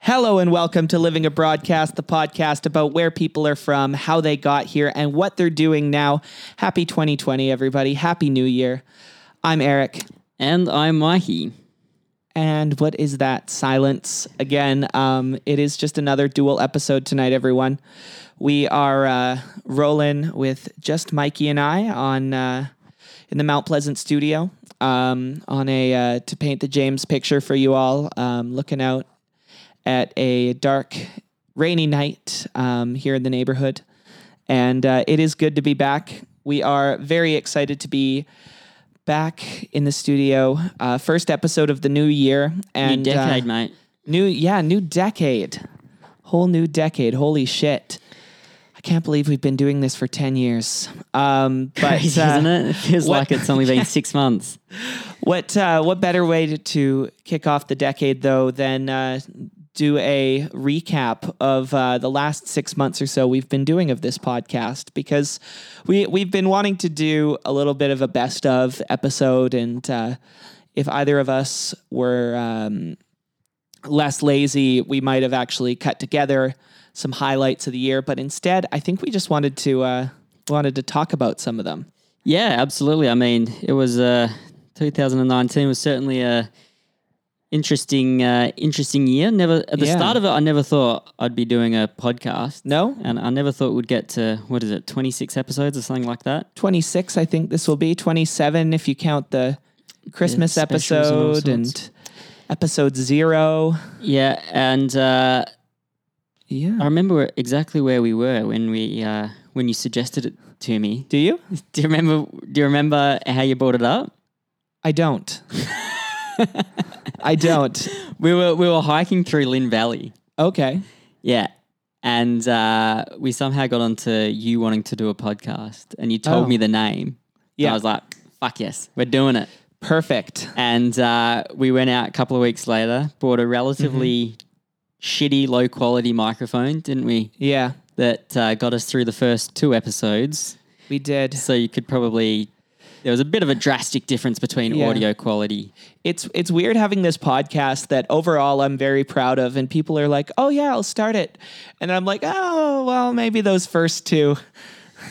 Hello and welcome to Living a Broadcast, the podcast about where people are from, how they got here, and what they're doing now. Happy 2020, everybody. Happy New Year. I'm Eric. And I'm Mahi. And what is that silence? Again, um, it is just another dual episode tonight, everyone. We are uh, rolling with just Mikey and I on uh, in the Mount Pleasant studio um, on a uh, to paint the James picture for you all, um, looking out at a dark, rainy night um, here in the neighborhood. And uh, it is good to be back. We are very excited to be back in the studio. Uh, first episode of the new year and New decade, uh, mate. new yeah, new decade, whole new decade. Holy shit! I can't believe we've been doing this for ten years. Um, but Crazy, uh, isn't it? It feels what- like it's only been six months. What uh, what better way to, to kick off the decade though than uh, do a recap of uh, the last six months or so we've been doing of this podcast because we we've been wanting to do a little bit of a best of episode and uh, if either of us were um, less lazy we might have actually cut together some highlights of the year but instead I think we just wanted to uh, wanted to talk about some of them. Yeah, absolutely. I mean, it was uh, 2019 was certainly a interesting, uh, interesting year. Never at the Yeah. start of it, I never thought I'd be doing a podcast. No, and I never thought we'd get to what is it, 26 episodes or something like that. 26 i think this will be 27 if you count the christmas Yeah, specials episode and all and, episode zero Yeah, and uh, I yeah remember exactly where we were when we uh, when you suggested it to me. do you Do you remember? Do you remember how you brought it up? i don't i don't We were we were hiking through Lynn Valley. okay Yeah. And uh, we somehow got onto you wanting to do a podcast and you told Oh. me the name. Yeah. Yeah. I was like, fuck yes, we're doing it. perfect And uh, we went out a couple of weeks later, bought a relatively Mm-hmm. shitty, low quality microphone, didn't we? yeah That uh, got us through the first two episodes. we did So you could probably, there was a bit of a drastic difference between Yeah. audio quality. it's it's weird having this podcast that overall I'm very proud of, and people are like, "Oh yeah, I'll start it," and I'm like, "Oh well, maybe those first two,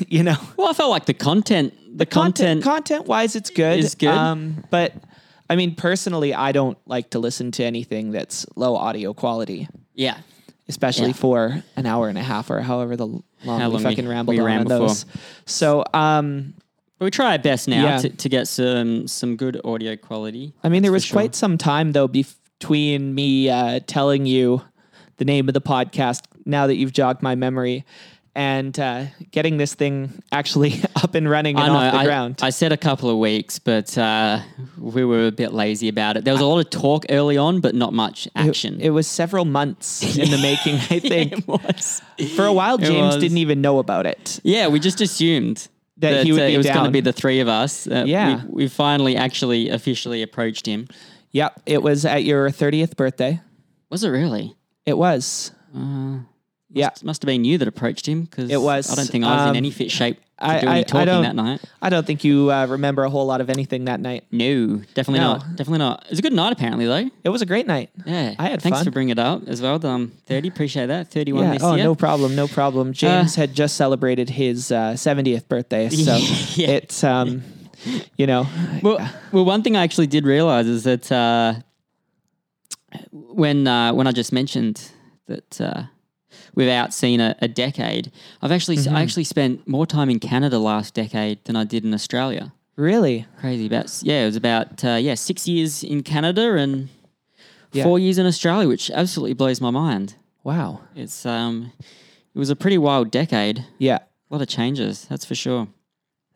you know." Well, I felt like the content, the, content, content wise it's good is good. um but i mean personally i don't like to listen to anything that's low audio quality yeah. especially Yeah. for an hour and a half or however the l- long How we long we- fucking rambled we on ramble those so um But we try our best now Yeah. to, to get some some good audio quality. i mean there was That's for sure. quite some time though bef- between me uh telling you the name of the podcast now that you've jogged my memory and uh, getting this thing actually up and running and I know. off the I, ground. I said a couple of weeks, but uh, we were a bit lazy about it. There was a lot of talk early on, but not much action. it was several months in the making, I think. It was. For a while, James was. didn't even know about it. Yeah, we just assumed That he would uh, be it was going down. to be the three of us. Uh, Yeah. we, we finally actually officially approached him. Yep, it was at your 30th birthday. Was it really? It was. yeah, It must have been you that approached him because It was, I don't think I was um, in any fit shape to I- do I- I any talking don't- that night. I don't think you uh, remember a whole lot of anything that night. No, definitely No. not. Definitely not. It was a good night, apparently, though. It was a great night. Yeah, I had thanks fun. for bringing it up as well. Um, thirty, appreciate that. Thirty-one Yeah. this Oh, year. no problem. No problem. James had just celebrated his uh, 70th birthday, so Yeah. it's um, you know, well, well, one thing I actually did realize is that uh, when uh, when I just mentioned that uh, we've outseen a, a decade, I've actually Mm-hmm. I actually spent more time in Canada last decade than I did in Australia. really. Crazy about s- yeah, it was about uh, yeah six years in Canada and Yeah. four years in Australia, which absolutely blows my mind. Wow. It's um, it was a pretty wild decade. Yeah. A lot of changes, that's for sure.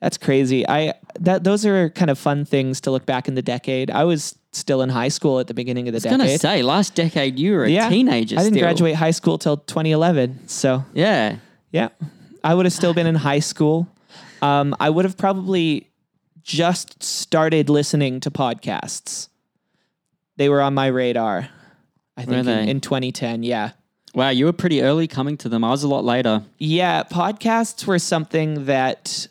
That's crazy. I that those are kind of fun things to look back in the decade. I was still in high school at the beginning of the I was gonna decade. say, last decade you were a teenager. I didn't still. graduate high school till 2011. So Yeah, yeah, I would have still been in high school. Um, I would have probably just started listening to podcasts. They were on my radar. I think in, they? in 2010. Yeah. wow, you were pretty early coming to them. I was a lot later. Yeah, podcasts were something that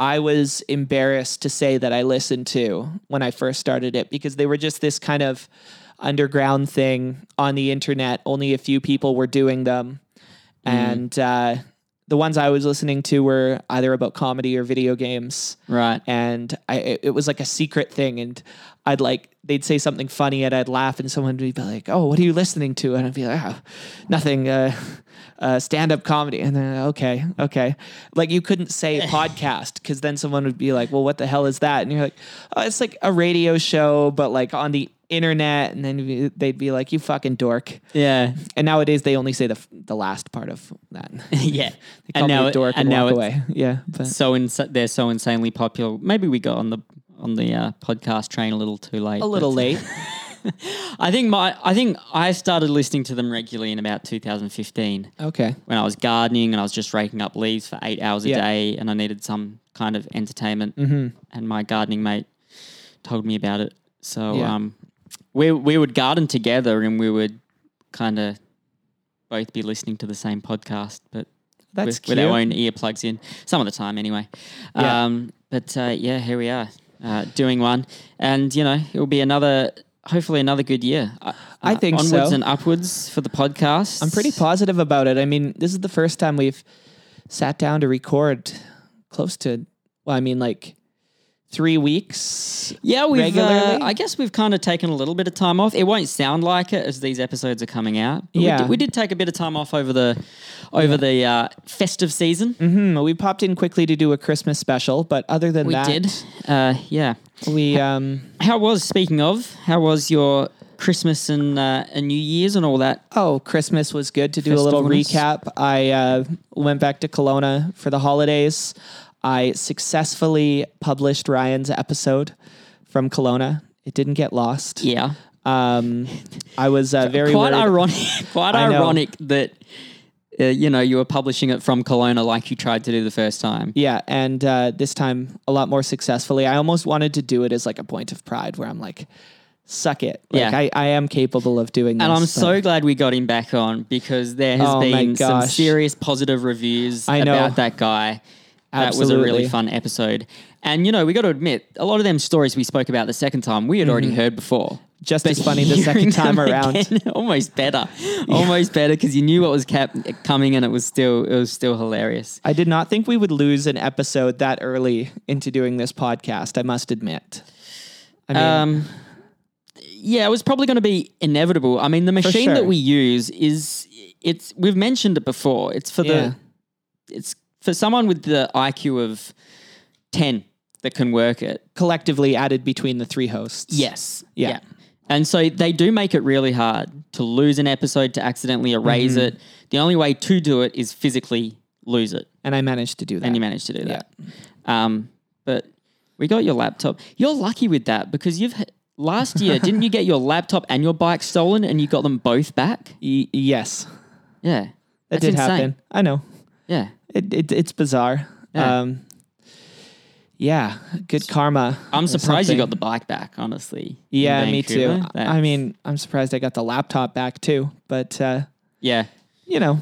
I was embarrassed to say that I listened to when I first started it because they were just this kind of underground thing on the internet. Only a few people were doing them. And uh, the ones I was listening to were either about comedy or video games Right. and I it, it was like a secret thing and I'd like they'd say something funny and I'd laugh and someone would be like, "Oh, what are you listening to?" and I'd be like, oh, "Nothing, uh, uh, stand-up comedy." And then okay, okay. Like you couldn't say podcast cuz then someone would be like, "Well, what the hell is that?" And you're like, "Oh, it's like a radio show but like on the internet." And then you- they'd be like, "You fucking dork." Yeah. And nowadays they only say the f- the last part of that. yeah. Call me a it- dork and, now walk it's away. Yeah, but so insa- they're so insanely popular. Maybe we got on the on the uh, podcast train a little too late. a little late. I think my I think I started listening to them regularly in about 2015 Okay. when I was gardening and I was just raking up leaves for eight hours a Yeah. Mm-hmm. day and I needed some kind of entertainment. And my gardening mate told me about it. So Yeah. um, we we would garden together and we would kind of both be listening to the same podcast, but That's with, cute. with our own earplugs in some of the time anyway. Yeah. Um, but uh, yeah, here we are uh, doing one, and you know it'll be another, hopefully another good year. Uh, I uh, think onwards so. and upwards for the podcast. I'm pretty positive about it. I mean, this is the first time we've sat down to record close to, well, I mean, like three weeks. yeah, we've. Uh, regularly. I guess we've kind of taken a little bit of time off. It won't sound like it as these episodes are coming out. but Yeah. we did, we did take a bit of time off over the, over the uh, festive season. hmm We popped in quickly to do a Christmas special, but other than We that, did. Uh, yeah. we, um, How was speaking of? How was your Christmas and uh, and New Year's and all that? oh, Christmas was good to do a little Festivalness. recap. I uh, went back to Kelowna for the holidays. I successfully published Ryan's episode from Kelowna. It didn't get lost. Yeah. Um, I was uh, very quite worried- ironic. Quite I know. ironic that uh, you know you were publishing it from Kelowna like you tried to do the first time. Yeah, and uh, this time a lot more successfully. I almost wanted to do it as like a point of pride where I'm like, suck it. Like, Yeah. I, I am capable of doing this. And I'm but- so glad we got him back on because there has Oh my been some gosh. serious positive reviews I know. about that guy. That was a Absolutely. really fun episode. And you know, we got to admit, a lot of them stories we spoke about the second time we had already heard before. Mm-hmm. Just But as funny the hearing second them time around. again, almost better, almost better because you knew what was cap- coming, and it was still it was still hilarious. I did not think we would lose an episode that early into doing this podcast, I must admit. I mean, Um, yeah, it was probably going to be inevitable. I mean, the machine sure. that we use is it's we've mentioned it before. It's for Yeah. the it's for someone with the IQ of 10 that can work it. collectively added between the three hosts. Yes. Yeah. And so they do make it really hard to lose an episode to accidentally erase Mm-hmm. it. The only way to do it is physically lose it. And I managed to do that. And you managed to do that. Um, but we got your laptop. You're lucky with that because you've h- last year didn't you get your laptop and your bike stolen and you got them both back? Y- yes, Yeah, that That's did insane. happen. I know. Yeah, It, it, it's bizarre. Yeah. Um, yeah, good karma. I'm or surprised you something. got the bike back. Honestly, in Yeah, me too. Vancouver. That- I mean, I'm surprised I got the laptop back too, but uh, yeah, you know,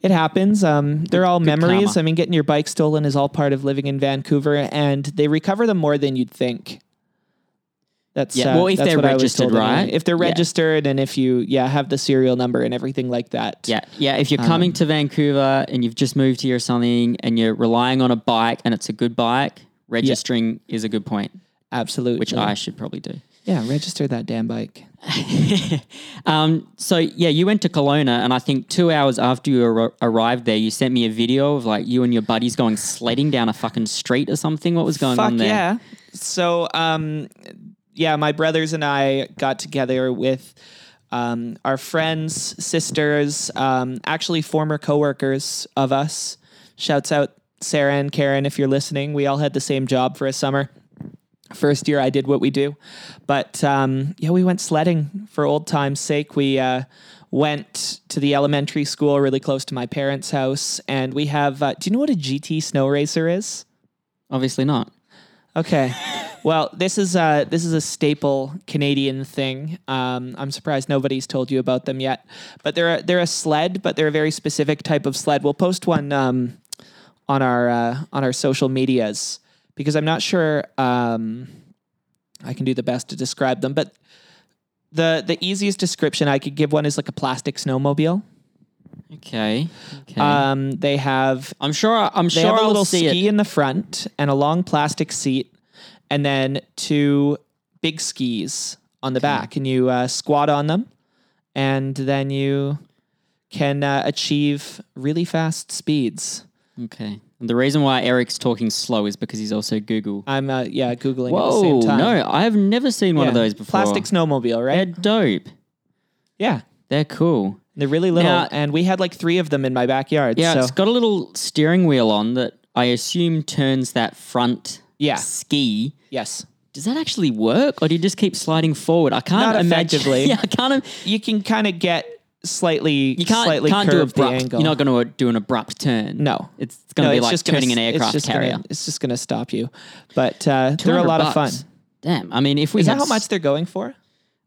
it happens. Um, they're all memories. karma. I mean, getting your bike stolen is all part of living in Vancouver, and they recover them more than you'd think. That's Yeah, uh, well, if that's they're what I was registered, told anyway. right? If they're Yeah. registered and if you yeah have the serial number and everything like that. yeah, yeah. If you're coming Um, to Vancouver and you've just moved here or something, and you're relying on a bike and it's a good bike, registering is a good point, absolutely. which I should probably do. yeah, register that damn bike. Um, so yeah, you went to Kelowna, and I think two hours after you ar- arrived there, you sent me a video of like you and your buddies going sledding down a fucking street or something. What was going Fuck on there? yeah. So, um, yeah, my brothers and I got together with um, our friends, sisters, um, actually former coworkers of us. Shouts out Sarah and Karen if you're listening. We all had the same job for a summer. First year, I did what we do, but um, yeah, we went sledding for old times' sake. We uh, went to the elementary school really close to my parents' house, and we have. Uh, do you know what a GT snow racer is? Obviously not. Okay. Well, this is a this is a staple Canadian thing. Um, I'm surprised nobody's told you about them yet. But they're a, they're a sled, but they're a very specific type of sled. We'll post one um, on our uh, on our social medias because I'm not sure um, I can do the best to describe them. But the the easiest description I could give one is like a plastic snowmobile. Okay. Okay. Um, they have I'm sure. I'm they sure. have a I'll little see ski it. in the front and a long plastic seat, and then two big skis on the back, and you uh, squat on them, and then you can uh, achieve really fast speeds. Okay. And the reason why Eric's talking slow is because he's also Google. I'm uh, yeah googling at the Whoa! same time. No, I have never seen one of Yeah. those before. Plastic snowmobile, They're right? dope. yeah, They're cool. they're really little, Now- and we had like three of them in my backyard. Yeah, so it's got a little steering wheel on that I assume turns that front Yeah. ski. yes, Does that actually work, or do you just keep sliding forward? I can't Not imagine. effectively. yeah, I can't. im- you can kind of get slightly You can't. slightly can't do curve the abrupt. angle. You're not going to do an abrupt turn. no, it's going to be it's like just gonna turning s- an it's aircraft just gonna- carrier. it's just going to stop you, but uh, they're a 200 lot of bucks. fun. Damn. I mean, if we Is had that how s- much they're going for?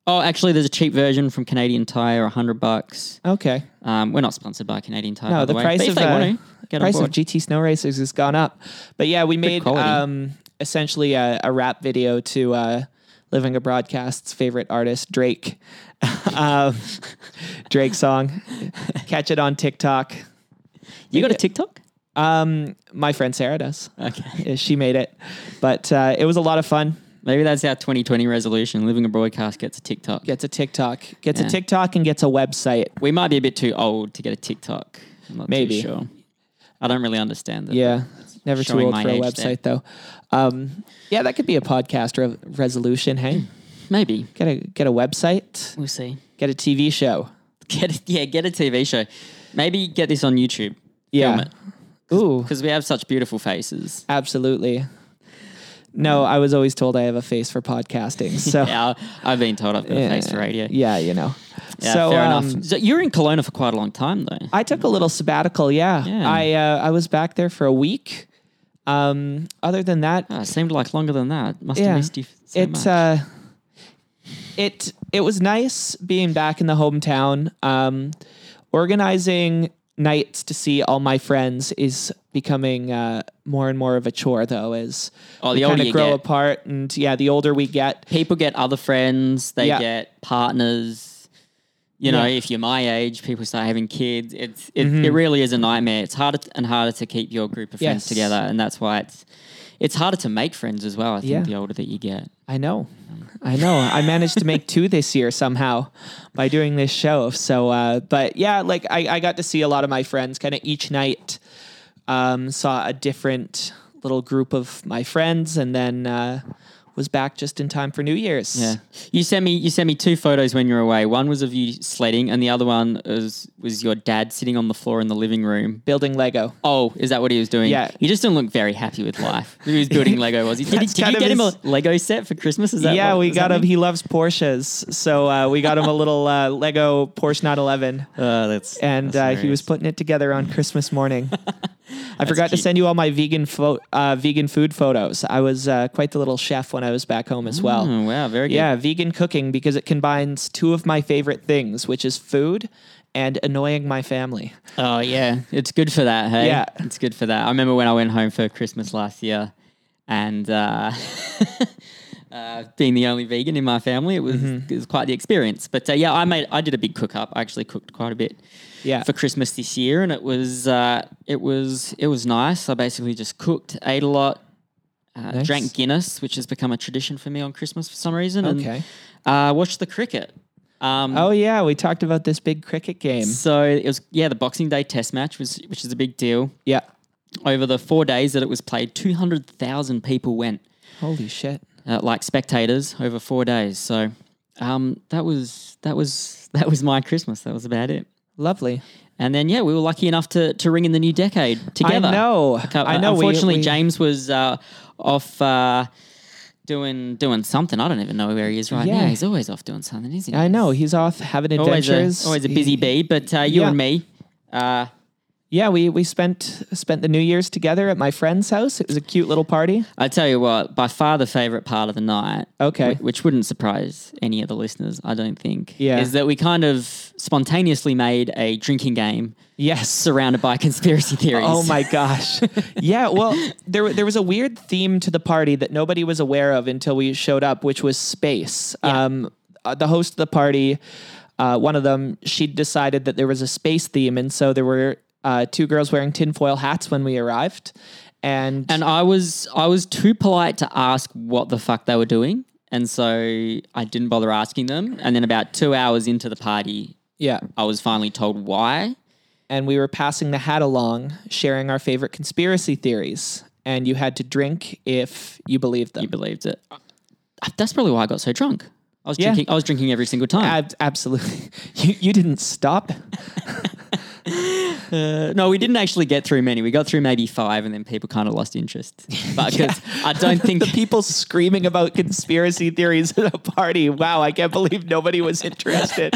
Oh, actually, there's a cheap version from Canadian Tire, hundred bucks. Okay, Um, we're not sponsored by Canadian Tire. No, the by the, way. price but of, if they uh, want to get on price of board. GT Snow Racers has gone up, but yeah, we made quality. um, essentially a, a rap video to uh, Living a Broadcast's favorite artist Drake, um, Drake song. Catch it on TikTok. you got a TikTok? Um, my friend Sarah does. Okay. Yeah, She made it, but uh, it was a lot of fun. Maybe that's our 2020 resolution. Living a broadcast gets a TikTok. Gets a TikTok, gets a Yeah. TikTok, and gets a website. We might be a bit too old to get a TikTok. I'm not Maybe. too sure. I don't really understand it. Yeah. Never too showing old my for a age website, though. Um, yeah, that could be a podcast re- resolution. Hey, Maybe. get a get a website, We'll see. get a TV show. Get a, yeah, get a TV show. Maybe get this on YouTube. Yeah. Ooh, Because we have such beautiful faces. absolutely. No, I was always told I have a face for podcasting. So yeah, Yeah, I've been told I've got a face for radio. Yeah, you know. fair um, enough. So you were in Kelowna for quite a long time, though. I took a little sabbatical. Yeah, Yeah. I uh, I was back there for a week. Um, other than that, Oh, it seemed like longer than that. Must Yeah. have missed you f- so it's much. uh it it was nice being back in the hometown um organizing nights to see all my friends is becoming uh more and more of a chore though as Oh, we the older kinda you grow get. apart and yeah the older we get people get other friends, they Yeah. get partners. You know, Yeah. Mm-hmm. if you're my age, people start having kids. It's it, it really is a nightmare. It's harder t- and harder to keep your group of friends Yes. together, and that's why it's it's harder to make friends as well. I think Yeah. the older that you get, i know i know i managed to make two this year somehow by doing this show so uh but yeah like i, I got to see a lot of my friends kind of each night um, saw a different little group of my friends, and then uh, was back just in time for New Year's. yeah. You sent me you sent me two photos when you were away. One was of you sledding, and the other one was was your dad sitting on the floor in the living room. building Lego. Oh, is that what he was doing? Yeah. He just didn't look very happy with life. he was building Lego, was he? Did, he- That's did kind you of get him a his- Lego set for Christmas? Is that yeah, what- we is that got him. what- He loves Porsches, so uh, we got him a little uh, Lego Porsche 911, Uh, that's and that's uh, he hilarious. was putting it together on Christmas morning. I forgot to cute. send you all my vegan fo- uh, vegan food photos. I was uh, quite the little chef when I was back home as well. Oh, wow, very good. Yeah, vegan cooking because it combines two of my favorite things, which is food and annoying my family. Oh, yeah. It's good for that, hey? Yeah. It's good for that. I remember when I went home for Christmas last year and uh, uh, being the only vegan in my family, it was, Mm-hmm. it was quite the experience. But uh, yeah, I made I did a big cook up. I actually cooked quite a bit Yeah. for Christmas this year and it was uh, it was it was nice. I basically just cooked, ate a lot. Uh, Nice. Drank Guinness, which has become a tradition for me on Christmas for some reason. Okay. And, uh, watched the cricket. Um, Oh yeah, we talked about this big cricket game. So it was yeah, the Boxing Day Test match was which is a big deal. Yeah. Over the four days that it was played, two hundred thousand people went Holy shit. uh, like spectators over four days. So um, that was that was that was my Christmas. That was about it. Lovely. And then yeah, we were lucky enough to to ring in the new decade together. I know. Uh, I know. we- Unfortunately, we- James was uh, off. Uh, Doing doing something. I don't even know where he is right Yeah. now. He's always off doing something, isn't he? I know he's off having Always a, adventures. always a busy bee. But uh, you Yeah. and me, uh, Yeah, we we spent spent the New Year's together at my friend's house. It was a cute little party. I tell you what, by far the favorite part of the night. Okay. wh- Which wouldn't surprise any of the listeners, I don't think. Yeah. Is that we kind of spontaneously made a drinking game Yes. surrounded by conspiracy theories. Oh my gosh. yeah, well, there wa- there was a weird theme to the party that nobody was aware of until we showed up, which was space. Um uh, the host of the party, uh, one of them, she decided that there was a space theme, and so there were uh, two girls wearing tinfoil hats when we arrived, and, And I was I was too polite to ask what the fuck they were doing, and so I didn't bother asking them. And then about two hours into the party, yeah, I was finally told why. and we were passing the hat along, sharing our favorite conspiracy theories, and you had to drink if you believed them. You believed it. Uh, That's probably why I got so drunk. I was Yeah. drinking. I was drinking every single time. Ab- absolutely, you you didn't stop. Uh, no, we didn't actually get through many. We got through maybe five, and then people kind of lost interest. But because I don't think the people screaming about conspiracy theories at a party. Wow, I can't believe nobody was interested.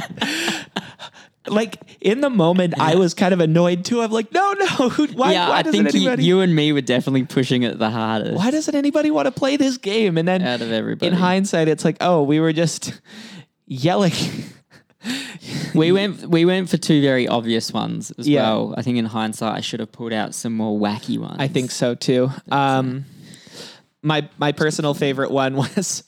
like in the moment, I was kind of annoyed too. I'm like, no, no, who- why? yeah, why I doesn't think you, anybody? you and me were definitely pushing it the hardest why doesn't anybody want to play this game? And then out of everybody. in hindsight, it's like, oh, we were just yelling. we went we went for two very obvious ones as Yeah. well. I think in hindsight, I should have pulled out some more wacky ones. I think so too. Um, my my personal favorite one was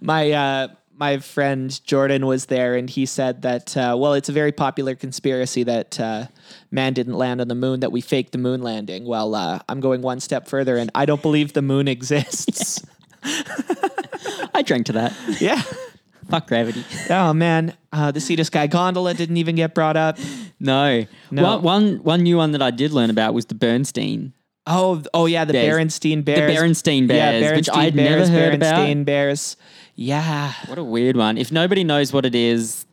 my uh, my friend Jordan was there, and he said that uh, well, it's a very popular conspiracy that uh, man didn't land on the moon, that we faked the moon landing. Well, uh, I'm going one step further, and I don't believe the moon exists. I drank to that. yeah. Fuck gravity. Oh man, uh, the Sea Sky gondola didn't even get brought up. No, No. One, one one new one that I did learn about was the Bernstein. Oh, th- oh yeah, the Bears. Berenstein Bears. Berenstain Bears, yeah, Berenstein which I'd never Bears, heard about. Berenstain Bears. Yeah. What a weird one. If nobody knows what it is,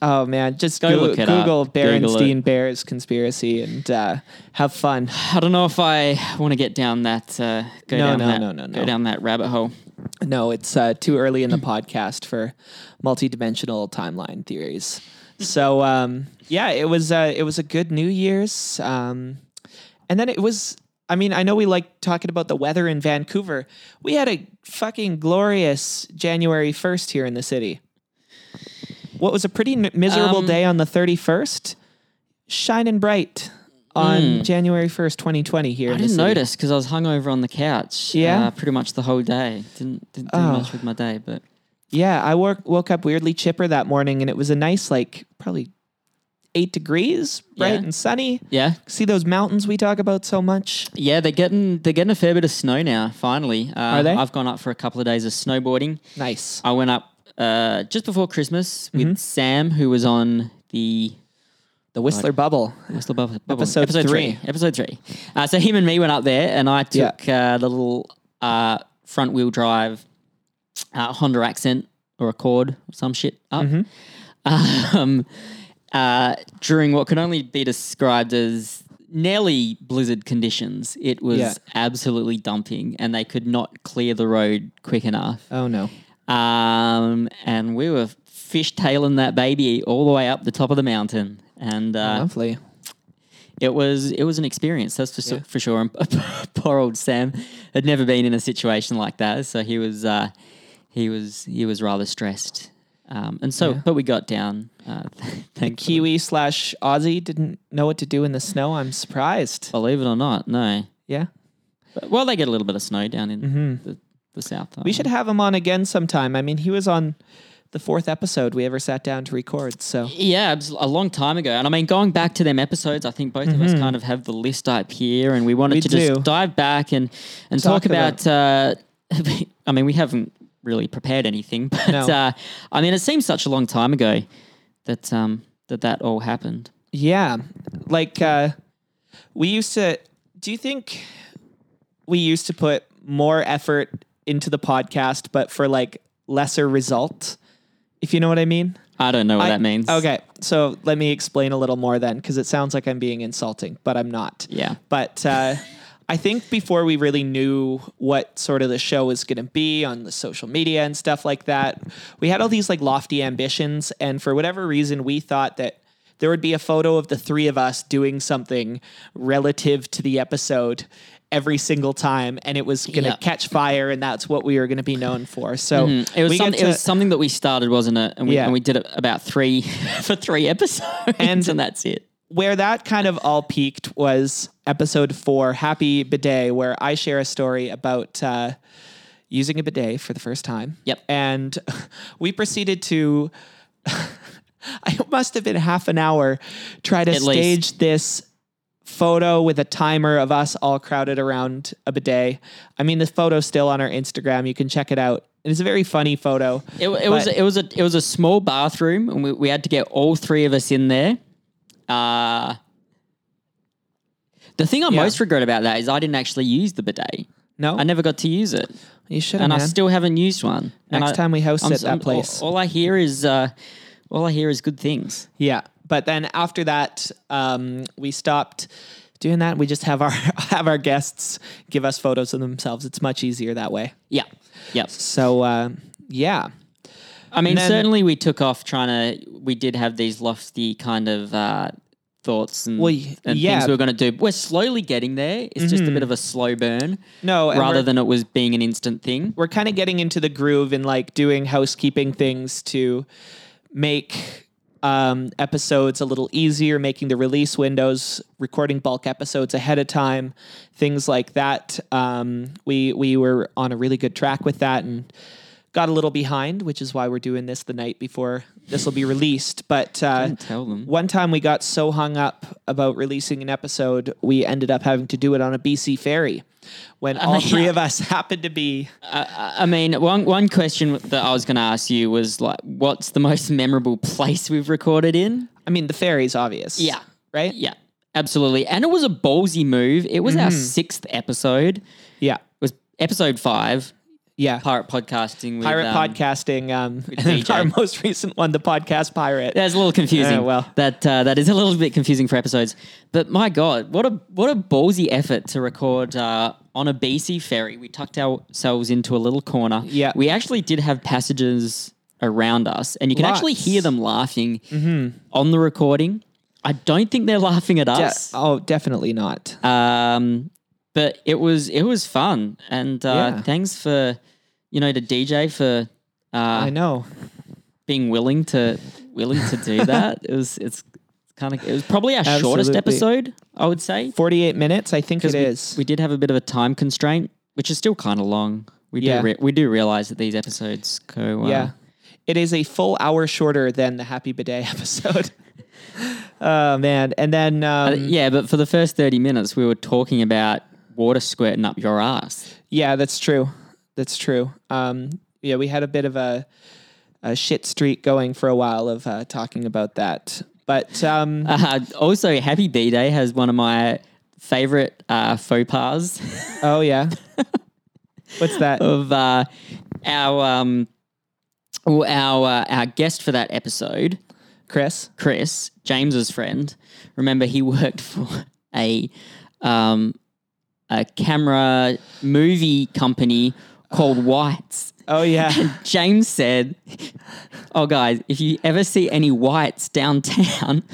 Oh man, just Go Goo- look it up. Google Google Berenstein Bears conspiracy and uh, have fun. I don't know if I want to get down that uh, go No, down no, that, no, no, no. go down that rabbit hole. No, it's uh, too early in the podcast for multidimensional timeline theories. So um, yeah, it was uh, it was a good New Year's, um, and then it was. I mean, I know we like talking about the weather in Vancouver. We had a fucking glorious January first here in the city. What was a pretty n- miserable Um, day on the thirty first, shining bright on January first, twenty twenty. Here, Hmm. I in didn't the city. notice because I was hungover on the couch. Yeah? uh, pretty much the whole day. Didn't didn't do Oh. much with my day, but Yeah, I woke woke up weirdly chipper that morning, and it was a nice like probably eight degrees, bright Yeah. and sunny. yeah, See those mountains we talk about so much? yeah. They're getting they're getting a fair bit of snow now. Finally, uh, Are they? I've gone up for a couple of days of snowboarding. Nice. I went up uh, just before Christmas Mm-hmm. with Sam, who was on the The Whistler Bubble. Whistle Bubble, Bubble- Episode three. Episode three. Uh, so him and me went up there, and I took uh, the little uh, front wheel drive uh, Honda Accent or Accord or some shit up. Mm-hmm. Um, uh, during what can only be described as nearly blizzard conditions, it was Yeah. absolutely dumping, and they could not clear the road quick enough. Oh no. Um, and we were fishtailing that baby all the way up the top of the mountain. And uh, Lovely. it was it was an experience, that's for, su- for sure. And poor old Sam had never been in a situation like that, so he was uh, he was he was rather stressed. Um, and so, but we got down. Uh, thank you. Kiwi slash Aussie didn't know what to do in the snow. I'm surprised. Believe it or not, no. Yeah. But, well, they get a little bit of snow down in the, the south. Mm-hmm. We should have him on again sometime. I mean, he was on the fourth episode we ever sat down to record. So Yeah, abs- a long time ago. And I mean, going back to them episodes, I think both of us kind of have the list up here, and we wanted Mm-hmm. We to do. just dive back and and talk, Talk about- about. uh, I mean, we haven't really prepared anything, but No. uh, I mean, it seems such a long time ago that um, that that all happened. Yeah. Like uh we used to do you think we used to put more effort into the podcast but for like lesser result? If you know what I mean? I don't know what that means. Okay. So let me explain a little more then cuz it sounds like I'm being insulting, but I'm not. Yeah. But uh I think before we really knew what sort of the show was going to be on the social media and stuff like that, we had all these like lofty ambitions and for whatever reason we thought that there would be a photo of the three of us doing something relative to the episode every single time and it was going to Yeah. catch fire and that's what we were going to be known for. So Hmm, Mm-hmm. It was, we some, get it was to- something that we started, wasn't it? And we, Yeah. and we did it about three for three episodes, And- and, that's it. where that kind of all peaked was episode four, Happy Bidet, where I share a story about uh, using a bidet for the first time. Yep. And we proceeded to, I must have been half an hour, try to At least. stage this photo with a timer of us all crowded around a bidet. I mean, the photo's still on our Instagram. You can check it out. It's a very funny photo. It, it was But- it was a it was a small bathroom, and we, we had to get all three of us in there. Uh, the thing I Yeah. most regret about that is I didn't actually use the bidet. No, I never got to use it, you should. and man. I still haven't used one. And Next I- time we host I'm it s- that I'm- all- place. all, I hear is uh, all I hear is good things. Yeah, but then after that, um, we stopped doing that. We just have our have our guests give us photos of themselves. It's much easier that way. Yeah, yeah. So uh, yeah, I mean, then- certainly we took off trying to. We did have these lofty kind of uh, thoughts and, Well, y- and yeah. Mm-hmm. things we were going to do. We're slowly getting there. It's just a bit of a slow burn, no, and rather we're, than it was being an instant thing. we're kind of getting into the groove and like doing housekeeping things to make um, episodes a little easier, making the release windows, recording bulk episodes ahead of time, things like that. Um, we we were on a really good track with that and got a little behind, which is why we're doing this the night before this will be released. But uh, Tell them. one time we got so hung up about releasing an episode, we ended up having to do it on a BC ferry when all three of us happened to be. I, I mean, one one question that I was going to ask you was like, what's the most memorable place we've recorded in? I mean, the ferry's obvious. Yeah. Right? Yeah, Mm-hmm. absolutely. And it was a ballsy move. It was our sixth episode. It Yeah. was episode five, Yeah. pirate podcasting. With, Pirate um, podcasting. Um, and DJ. our most recent one, the podcast pirate. That's a little confusing. Yeah, well. that uh, that is a little bit confusing for episodes. But my God, what a what a ballsy effort to record uh, on a BC ferry. We tucked ourselves into a little corner. Yeah. we actually did have passengers around us, and you can actually Lots. hear them laughing Mm-hmm. on the recording. I don't think they're laughing at De- us. oh, definitely not. Um, but it was it was fun, and uh, Yeah. thanks for you know to DJ for uh, I know. being willing to willing to do that. it was it's kind of it was probably our shortest Absolutely. episode, I would say. 48 minutes, I think it is. we, we did have a bit of a time constraint, which is still kind of long. We Yeah. do re- we do realize that these episodes go uh, yeah. It is a full hour shorter than the Happy Bidet episode. oh, man. And then, um, uh, yeah, but for the first thirty minutes, we were talking about water squirting up your ass. yeah, that's true. That's true. Um, yeah, we had a bit of a, a shit streak going for a while of uh, talking about that. But um, Uh, also, Happy B Day has one of my favorite uh, faux pas. oh, yeah. What's that? of uh, our um, well, our uh, our guest for that episode, Chris? Chris James's friend. Remember, he worked for a um, a camera movie company called Whites. Oh, yeah. James said, "Oh, guys, if you ever see any whites downtown."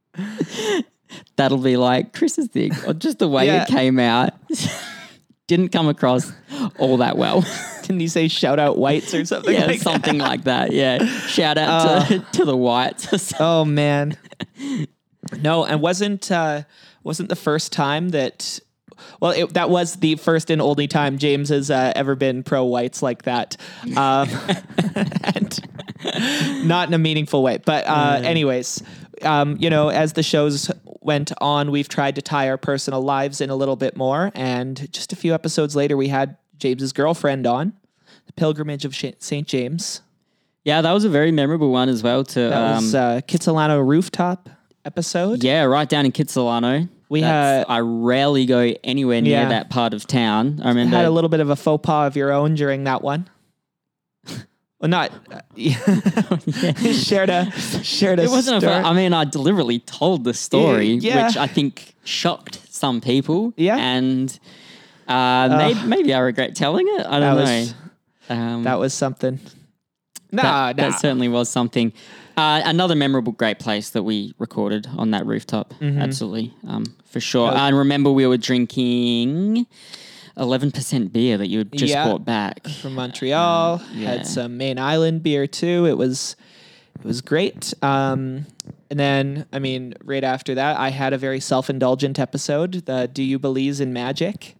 That'll be like Chris's thing, or just the way Yeah. it came out didn't come across all that well. Didn't he say shout out whites or something? yeah, like that? Uh, something like that. Yeah, shout out to, to the whites. or something. Oh man. No, and wasn't uh, wasn't the first time that. Well, it, that was the first and only time James has uh, ever been pro whites like that, um, and not in a meaningful way. But uh, anyways, um, you know, as the shows went on, we've tried to tie our personal lives in a little bit more, and just a few episodes later, we had James's girlfriend on the pilgrimage of St. James. yeah, that was a very memorable one as well. To That um, was uh, Kitsilano rooftop episode. yeah, right down in Kitsilano. We That's- had- I rarely go anywhere near Yeah. that part of town. I remember Had a little bit of a faux pas of your own during that one. well, not shared a shared a. it wasn't. A, story. I mean, I deliberately told the story, yeah. which I think shocked some people. Yeah. and uh, may- maybe, I regret telling it. that I don't know. was um, that was something. Ah, Nah, that, nah. that certainly was something. Uh, another memorable great place that we recorded on that rooftop. Mm-hmm. Absolutely, um, for sure. And remember, we were drinking eleven percent beer that you had just Yeah. bought back. from Montreal. yeah. Had some Main Island beer too. It was it was great. Um, and then, I mean, right after that, I had a very self indulgent episode. The Do you believe in magic?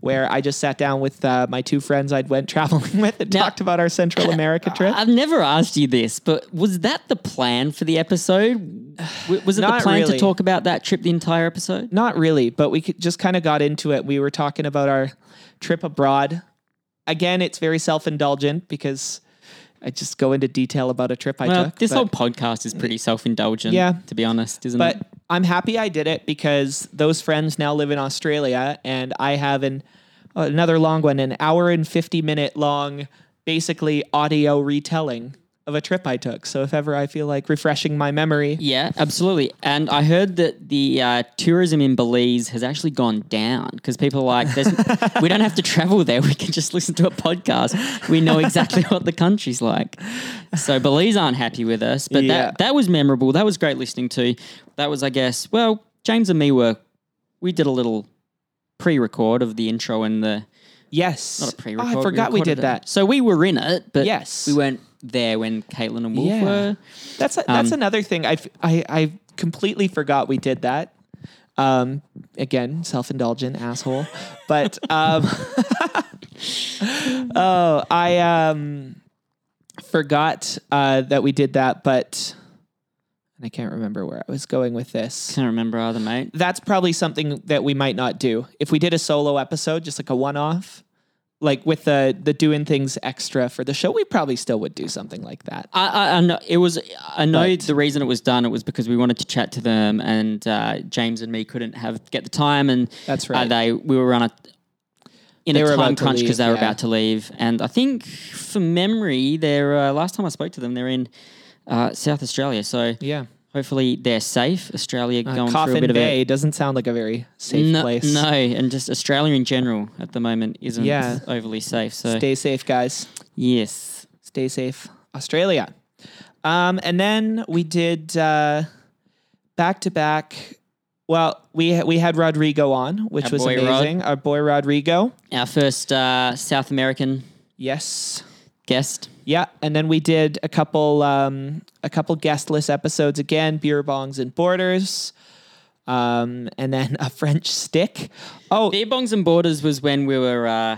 where I just sat down with uh, my two friends I'd went traveling with and Now- talked about our Central America trip. I've never asked you this, but was that the plan for the episode? W- Was it the Not plan really. to talk about that trip the entire episode? Not really, but we could- just kind of got into it. We were talking about our trip abroad. Again, it's very self indulgent because I just go into detail about a trip I Well, took. this but- whole podcast is pretty self-indulgent, Yeah. to be honest, isn't But it? I'm happy I did it because those friends now live in Australia, and I have an another long one, an hour and fifty minute long, basically audio retelling of a trip I took. So if ever I feel like refreshing my memory, Yeah, absolutely. And I heard that the uh, tourism in Belize has actually gone down because people are like, There's, we don't have to travel there. We can just listen to a podcast. We know exactly what the country's like. So Belize aren't happy with us. But Yeah. that, that was memorable. That was great listening to. That was, I guess, well, James and me were, we did a little pre record of the intro and the. yes, Not a pre Oh, record. I forgot we, did that. So we were in it, but Yes. we weren't there when Caitlin and Wolf Yeah. were. That's that's another thing. I've, I I completely forgot we did that. Um, again, self indulgent asshole. But um, oh, I um forgot uh, that we did that, but and I can't remember where I was going with this. Can't remember either, mate. That's probably something that we might not do if we did a solo episode, just like a one off. Like with the the doing things extra for the show, we probably still would do something like that. I, I, I know it was. I know But- the reason it was done. It was because we wanted to chat to them, and uh, James and me couldn't have get the time, and That's Uh, right. they we were on a in They a were time about to crunch because leave, they were yeah. about to leave. And I think, from memory, they're uh, last time I spoke to them, they're in uh, South Australia. So Yeah. hopefully they're safe. Australia going through a Uh, Coffin bit Bay of doesn't sound like a very a safe no, place. no, and just Australia in general at the moment isn't Yeah. overly safe. So Stay safe, guys. yes, Stay safe, Australia. Um, and then we did uh, back to back. Well, we we had Rodrigo on, which Our was boy Rod. amazing. Our boy Rodrigo. our first uh, South American Yes. guest. Yeah, and then we did a couple um, a couple guestless episodes again, beer bongs and borders, um, and then a French stick. Oh, Beer bongs and borders was when we were uh,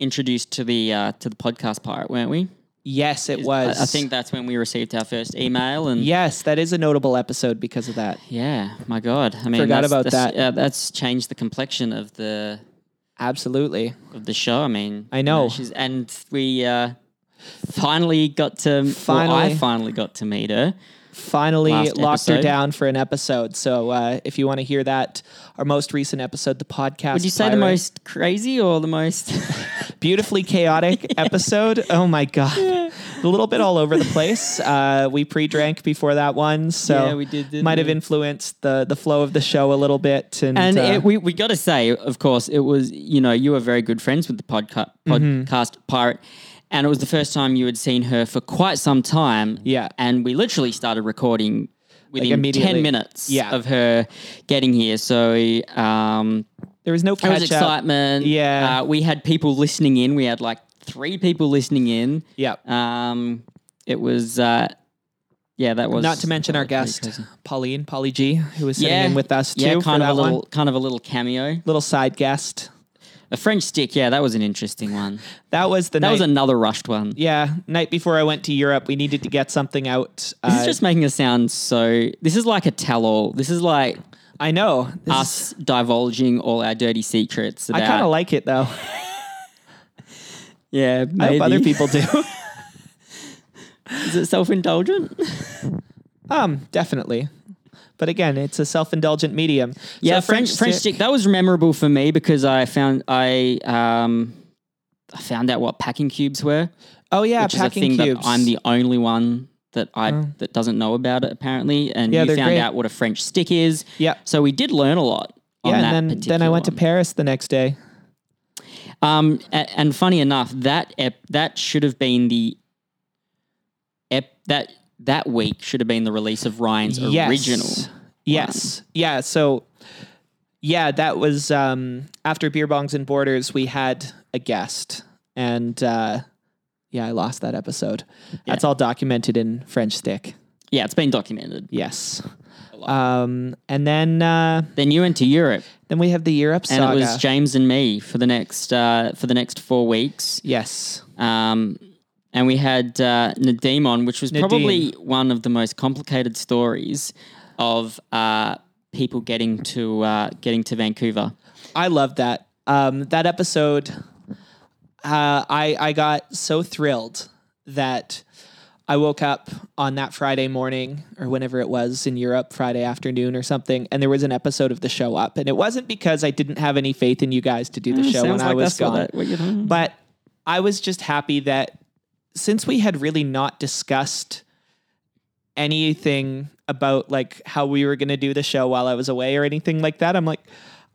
introduced to the uh, to the podcast pirate, weren't we? yes, it I- was. I, think that's when we received our first email, and yeah, Yes, that is a notable episode because of that. my God, I mean, Forgot that's, about that's- that. uh, that's changed the complexion of the Absolutely. of the show. I mean, I you know. she's, and we uh, finally got to. Finally, I Finally. finally got to meet her. Finally Last locked her episode. down for an episode. So uh, if you want to hear that, our most recent episode, the podcast. Would you say the Pirate, most crazy or the most? beautifully chaotic episode? Oh my god, a little bit all over the place. Uh, we pre-drank before that one, so Yeah, we did, didn't might have we? influenced the the flow of the show a little bit. And, And uh, it, we we got to say, of course, it was you know you were very good friends with the podca- Mm-hmm. podcast pirate, and it was the first time you had seen her for quite some time. Yeah. and we literally started recording within immediately. ten minutes Yeah. of her getting here. So um, there was no there catch was up. excitement. Yeah. uh, we had people listening in. We had like three people listening in. Yeah, Um, it was uh, yeah, that was not to mention that our was pretty guest crazy. Pauline, Polly G, who was sitting in with us too. Yeah, for kind of that a little, one. kind of a little cameo. little side guest. A French stick, yeah, that was an interesting one. That was the That night. was another rushed one. Yeah, night before I went to Europe, we needed to get something out. This is Uh, just making us sound so. This is like a tell-all. This is like I know. This is- us divulging all our dirty secrets. I About, kind of like it though. yeah. I Maybe. hope other people do. is it self-indulgent? um, definitely. But again, it's a self-indulgent medium. So yeah, French French stick. That was memorable for me because I found I um I found out what packing cubes were, Oh yeah, which packing is a thing cubes. Mm. that I'm the only one that I that doesn't know about it apparently. And Yeah, you they're found great. out what a French stick is. Yep. So we did learn a lot. on yeah, that and then then I particular went one. to Paris the next day. Um, and, and funny enough, that ep- that should have been the ep- that that week should have been the release of Ryan's yes. original. Yes. Yeah. So, yeah, that was um, after Beer Bongs and Borders, we had a guest. And uh, yeah, I lost that episode. That's all documented in French Stick. Yeah, it's been documented. Yes. Um, and then uh, Then you went to Europe, then we have the Europe and saga. it was James and me for the next uh, for the next four weeks. yes. Um, and we had uh, Nadim on, which was probably one of the most complicated stories of uh, people getting to uh, getting to Vancouver. I love that. Um, that episode, uh, I I got so thrilled that I woke up on that Friday morning or whenever it was in Europe, Friday afternoon or something, and there was an episode of the show up, and it wasn't because I didn't have any faith in you guys to do the show when Mm, Sounds I like was that's what gone, that- what you're doing. but I was just happy that since we had really not discussed anything about like how we were going to do the show while I was away or anything like that, I'm like,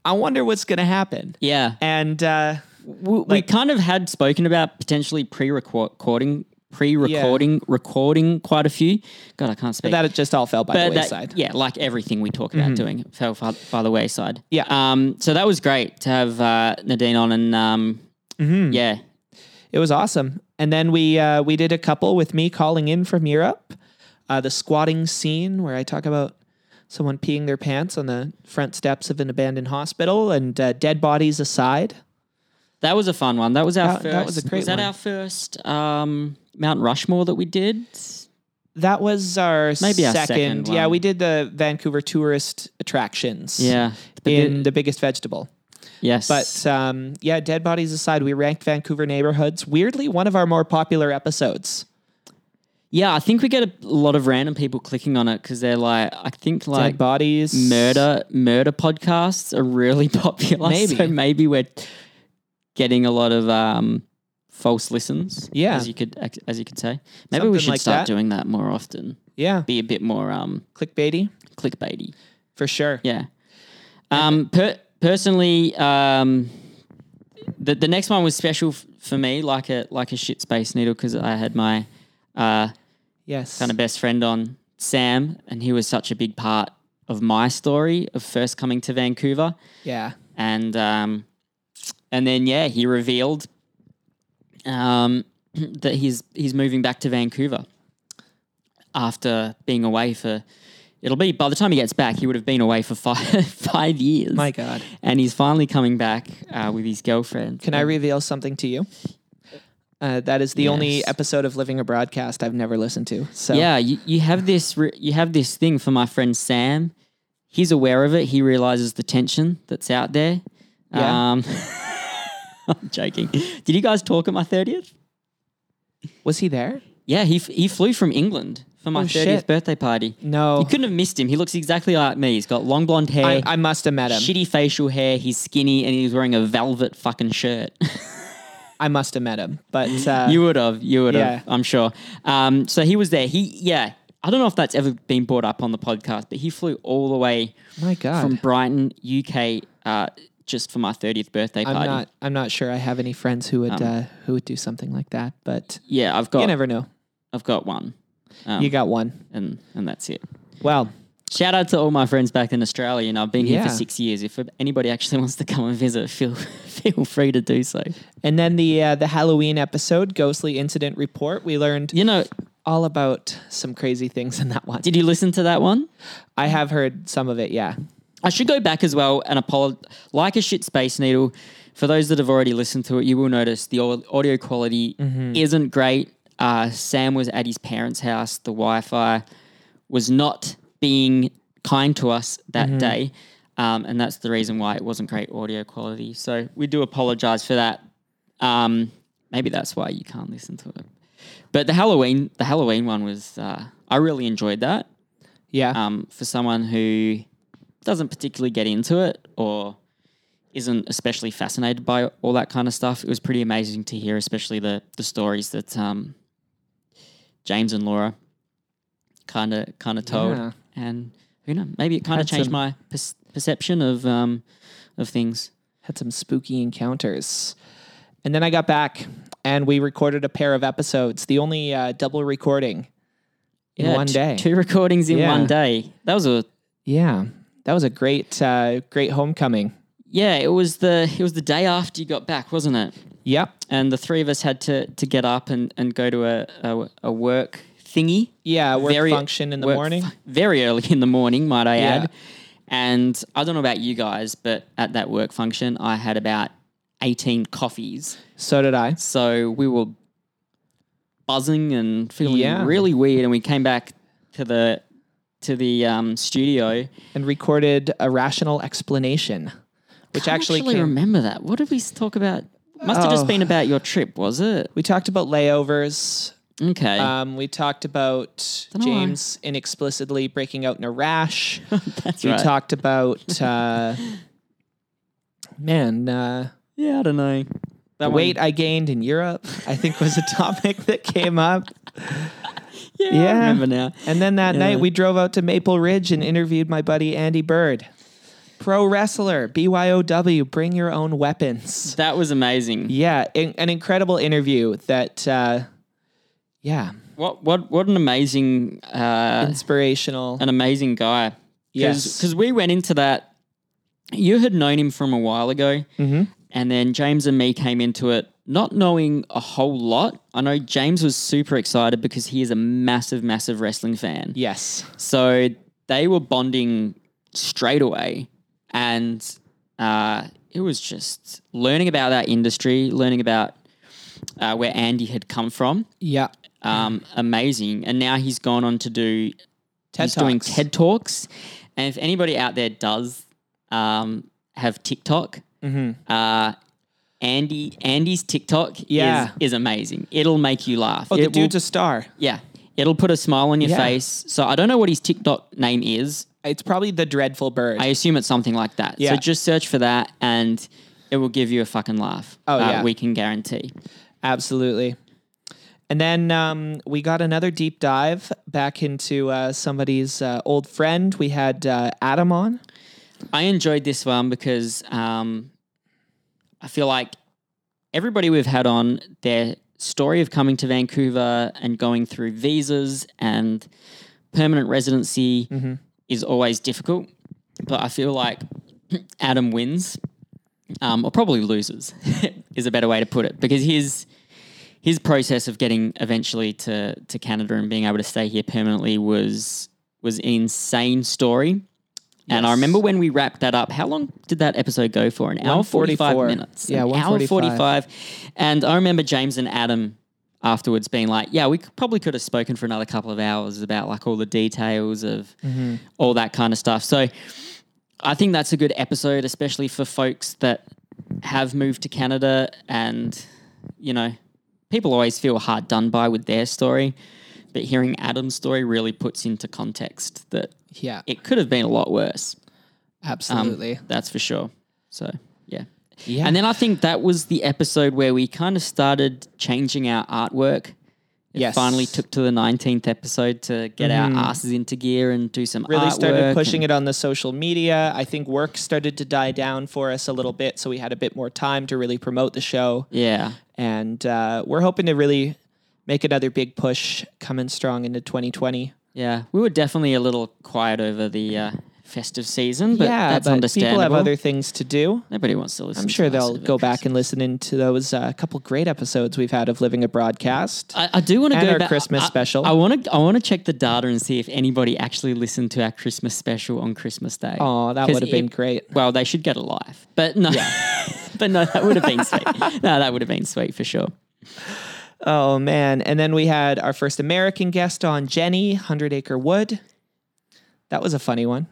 I wonder what's going to happen yeah, and uh, we, we kind of had spoken about potentially pre-recording, pre-recording, recording quite a few. God, I can't speak. that it just all fell by But the that- wayside. Mm-hmm. yeah, like everything we talk about doing it fell far, far the wayside. Yeah. Um. So that was great to have uh, Nadine on, and um. Mm-hmm. Yeah. It was awesome. And then we uh, we did a couple with me calling in from Europe, uh, the squatting scene where I talk about someone peeing their pants on the front steps of an abandoned hospital and uh, dead bodies aside. That was a fun one. That was our That- first. that was a great Was that one. our first um, Mount Rushmore that we did? That was our Maybe our second. second yeah, one. we did the Vancouver tourist attractions. Yeah. The big- in the biggest vegetable. yes. But um, yeah, dead bodies aside, we ranked Vancouver neighborhoods. Weirdly, one of our more popular episodes. yeah, I think we get a lot of random people clicking on it because they're like, I think like dead bodies, murder murder podcasts are really popular. Maybe. So maybe we're getting a lot of um, false listens. Yeah. As you could ex- as you could say. Maybe Something we should like that. start doing that more often. Yeah, Be a bit more um, clickbaity clickbaity. for sure. Yeah. Um, per- personally, um, the the next one was special f- for me, like a like a shit space needle, because I had my uh, Yes, kind of best friend on Sam, and he was such a big part of my story of first coming to Vancouver, yeah, and um, and then yeah, he revealed um, that he's he's moving back to Vancouver after being away for. It'll be by the time he gets back, he would have been away for five five years my God. and he's finally coming back uh, with his girlfriend. Can I reveal something to you? Uh, that is the only Yes. episode of Living a Broadcast I've never listened to. So Yeah, you, you have this re- you have this thing for my friend Sam. He's aware of it. He realizes the tension that's out there. Yeah. Um, I'm joking. Did you guys talk at my thirtieth? was he there? Yeah, he f- he flew from England for my Oh, shit. thirtieth birthday party. No, You couldn't have missed him. He looks exactly like me. He's got long blonde hair, I, I must have met him. shitty facial hair. He's skinny, and he's wearing a velvet fucking shirt. I must have met him, but uh, You would have. You would Yeah. have. I'm sure. Um, so he was there. He, yeah. I don't know if that's ever been brought up on the podcast, but he flew all the way my God, from Brighton, UK, uh, just for my 30th birthday I'm party. not. I'm not sure I have any friends who Um. would uh, who would do something like that. But Yeah, I've got. you never know. I've got one, um. You got one. and and that's it. Well, Shout out to all my friends back in Australia, and I've been here for Yeah. six years. If anybody actually wants to come and visit, feel feel free to do so. and then the uh, the Halloween episode, Ghostly Incident Report. We learned You know, all about some crazy things in that one. did you listen to that one? I have heard some of it. Yeah. I should go back as well and apologize. Like a shit space needle, for those that have already listened to it, you will notice the au- audio quality isn't great. Uh, Sam was at his parents' house. The Wi Fi was not being kind to us that day. Um, and that's the reason why it wasn't great audio quality. So we do apologize for that. Um, maybe that's why you can't listen to it. But the Halloween, the Halloween one was, uh, I really enjoyed that Yeah. um, for someone who doesn't particularly get into it or isn't especially fascinated by all that kind of stuff, it was pretty amazing to hear, especially the the stories that um, James and Laura kind of kind of told. Yeah. And who knows, maybe it kind of Had changed some- my perc- perception of um, of things. had some spooky encounters. And then I got back and we recorded a pair of episodes, the only uh, double recording in Yeah, one t- day. two recordings in Yeah. one day. That was a Yeah. That was a great, uh, great homecoming. yeah. It was the it was the day after you got back, wasn't it? Yep. and the three of us had to to get up and, and go to a, a, a work thingy. Yeah, work Very- function in the work morning. fu- very early in the morning, might I Yeah. add. And I don't know about you guys, but at that work function, I had about 18 coffees. so did I. So we were buzzing and feeling Yeah. really weird. And we came back to the to the um, studio. And recorded a rational explanation, which Can't actually, actually came- remember that. What did we s- talk about? Must have Oh. just been about your trip, was it? we talked about layovers. Okay. Um, we talked about Dunno why. James inexplicitly breaking out in a rash. That's we right. talked about uh, man uh, yeah, I don't know. That the one- weight I gained in Europe. I think was a topic that came up. Yeah, Yeah. I remember now. And then that Yeah. night we drove out to Maple Ridge and interviewed my buddy Andy Bird, pro wrestler, BYOW. Bring your own weapons. That was amazing. Yeah, in- an incredible interview. That uh, yeah, What what what an amazing uh, inspirational. an amazing guy. Yes. because we went into that. You had known him from a while ago, and then James and me came into it not knowing a whole lot. I know James was super excited because he is a massive, massive wrestling fan. yes. So they were bonding straight away, and uh, it was just learning about that industry, learning about uh, where Andy had come from. Yeah. Um, amazing, and now he's gone on to do TED he's doing Talks. TED Talks. And if anybody out there does um, have TikTok, Mm-hmm. uh, Andy Andy's TikTok Yeah. is, is amazing. It'll make you laugh. Oh, the It will- dude's a star. yeah, it'll put a smile on your Yeah. face. So I don't know what his TikTok name is. It's probably the dreadful bird. I assume it's something like that. Yeah. So just search for that, and it will give you a fucking laugh. Oh, yeah. we can guarantee. Absolutely. And then um, we got another deep dive back into uh, somebody's uh, old friend. We had uh, Adam on. I enjoyed this one because um, I feel like everybody we've had on their story of coming to Vancouver and going through visas and permanent residency is always difficult. But I feel like Adam wins, um, or probably loses, is a better way to put it because his his process of getting eventually to to Canada and being able to stay here permanently was was an insane story. And I Yes. remember when we wrapped that up. How long did that episode go for? An hour forty five 144. minutes. Yeah, an hour 145. forty five. And I remember James and Adam afterwards being like, "Yeah, we c- probably could have spoken for another couple of hours about like all the details of all that kind of stuff." So I think that's a good episode, especially for folks that have moved to Canada and, you know, people always feel hard done by with their story. But hearing Adam's story really puts into context that Yeah, it could have been a lot worse. Um, absolutely. that's for sure. So, yeah. yeah. And then I think that was the episode where we kind of started changing our artwork. It Yes. Mm-hmm. finally took to the 19th episode to get our asses into gear and do some really started artwork pushing it on the social media. I think work started to die down for us a little bit, so we had a bit more time to really promote the show. and- yeah. And uh, we're hoping to really make another big push coming strong into 2020. Yeah, we were definitely a little quiet over the uh, festive season, but yeah, that's but people understandable. have other things to do. Nobody wants to listen. I'm sure to us they'll if go it- back and listen into those uh, couple great episodes we've had of Living a Broadcast. I, I do want to and go our back- Christmas I- special. I want to. I want to check the data and see if anybody actually listened to our Christmas special on Christmas Day. oh, that 'Cause would have it- been great. Well, they should get a life, but no, but no, that would have been sweet. No, that would have been sweet for sure. Oh, man. And then we had our first American guest on, Jenny, 100 Acre Wood. That was a funny one.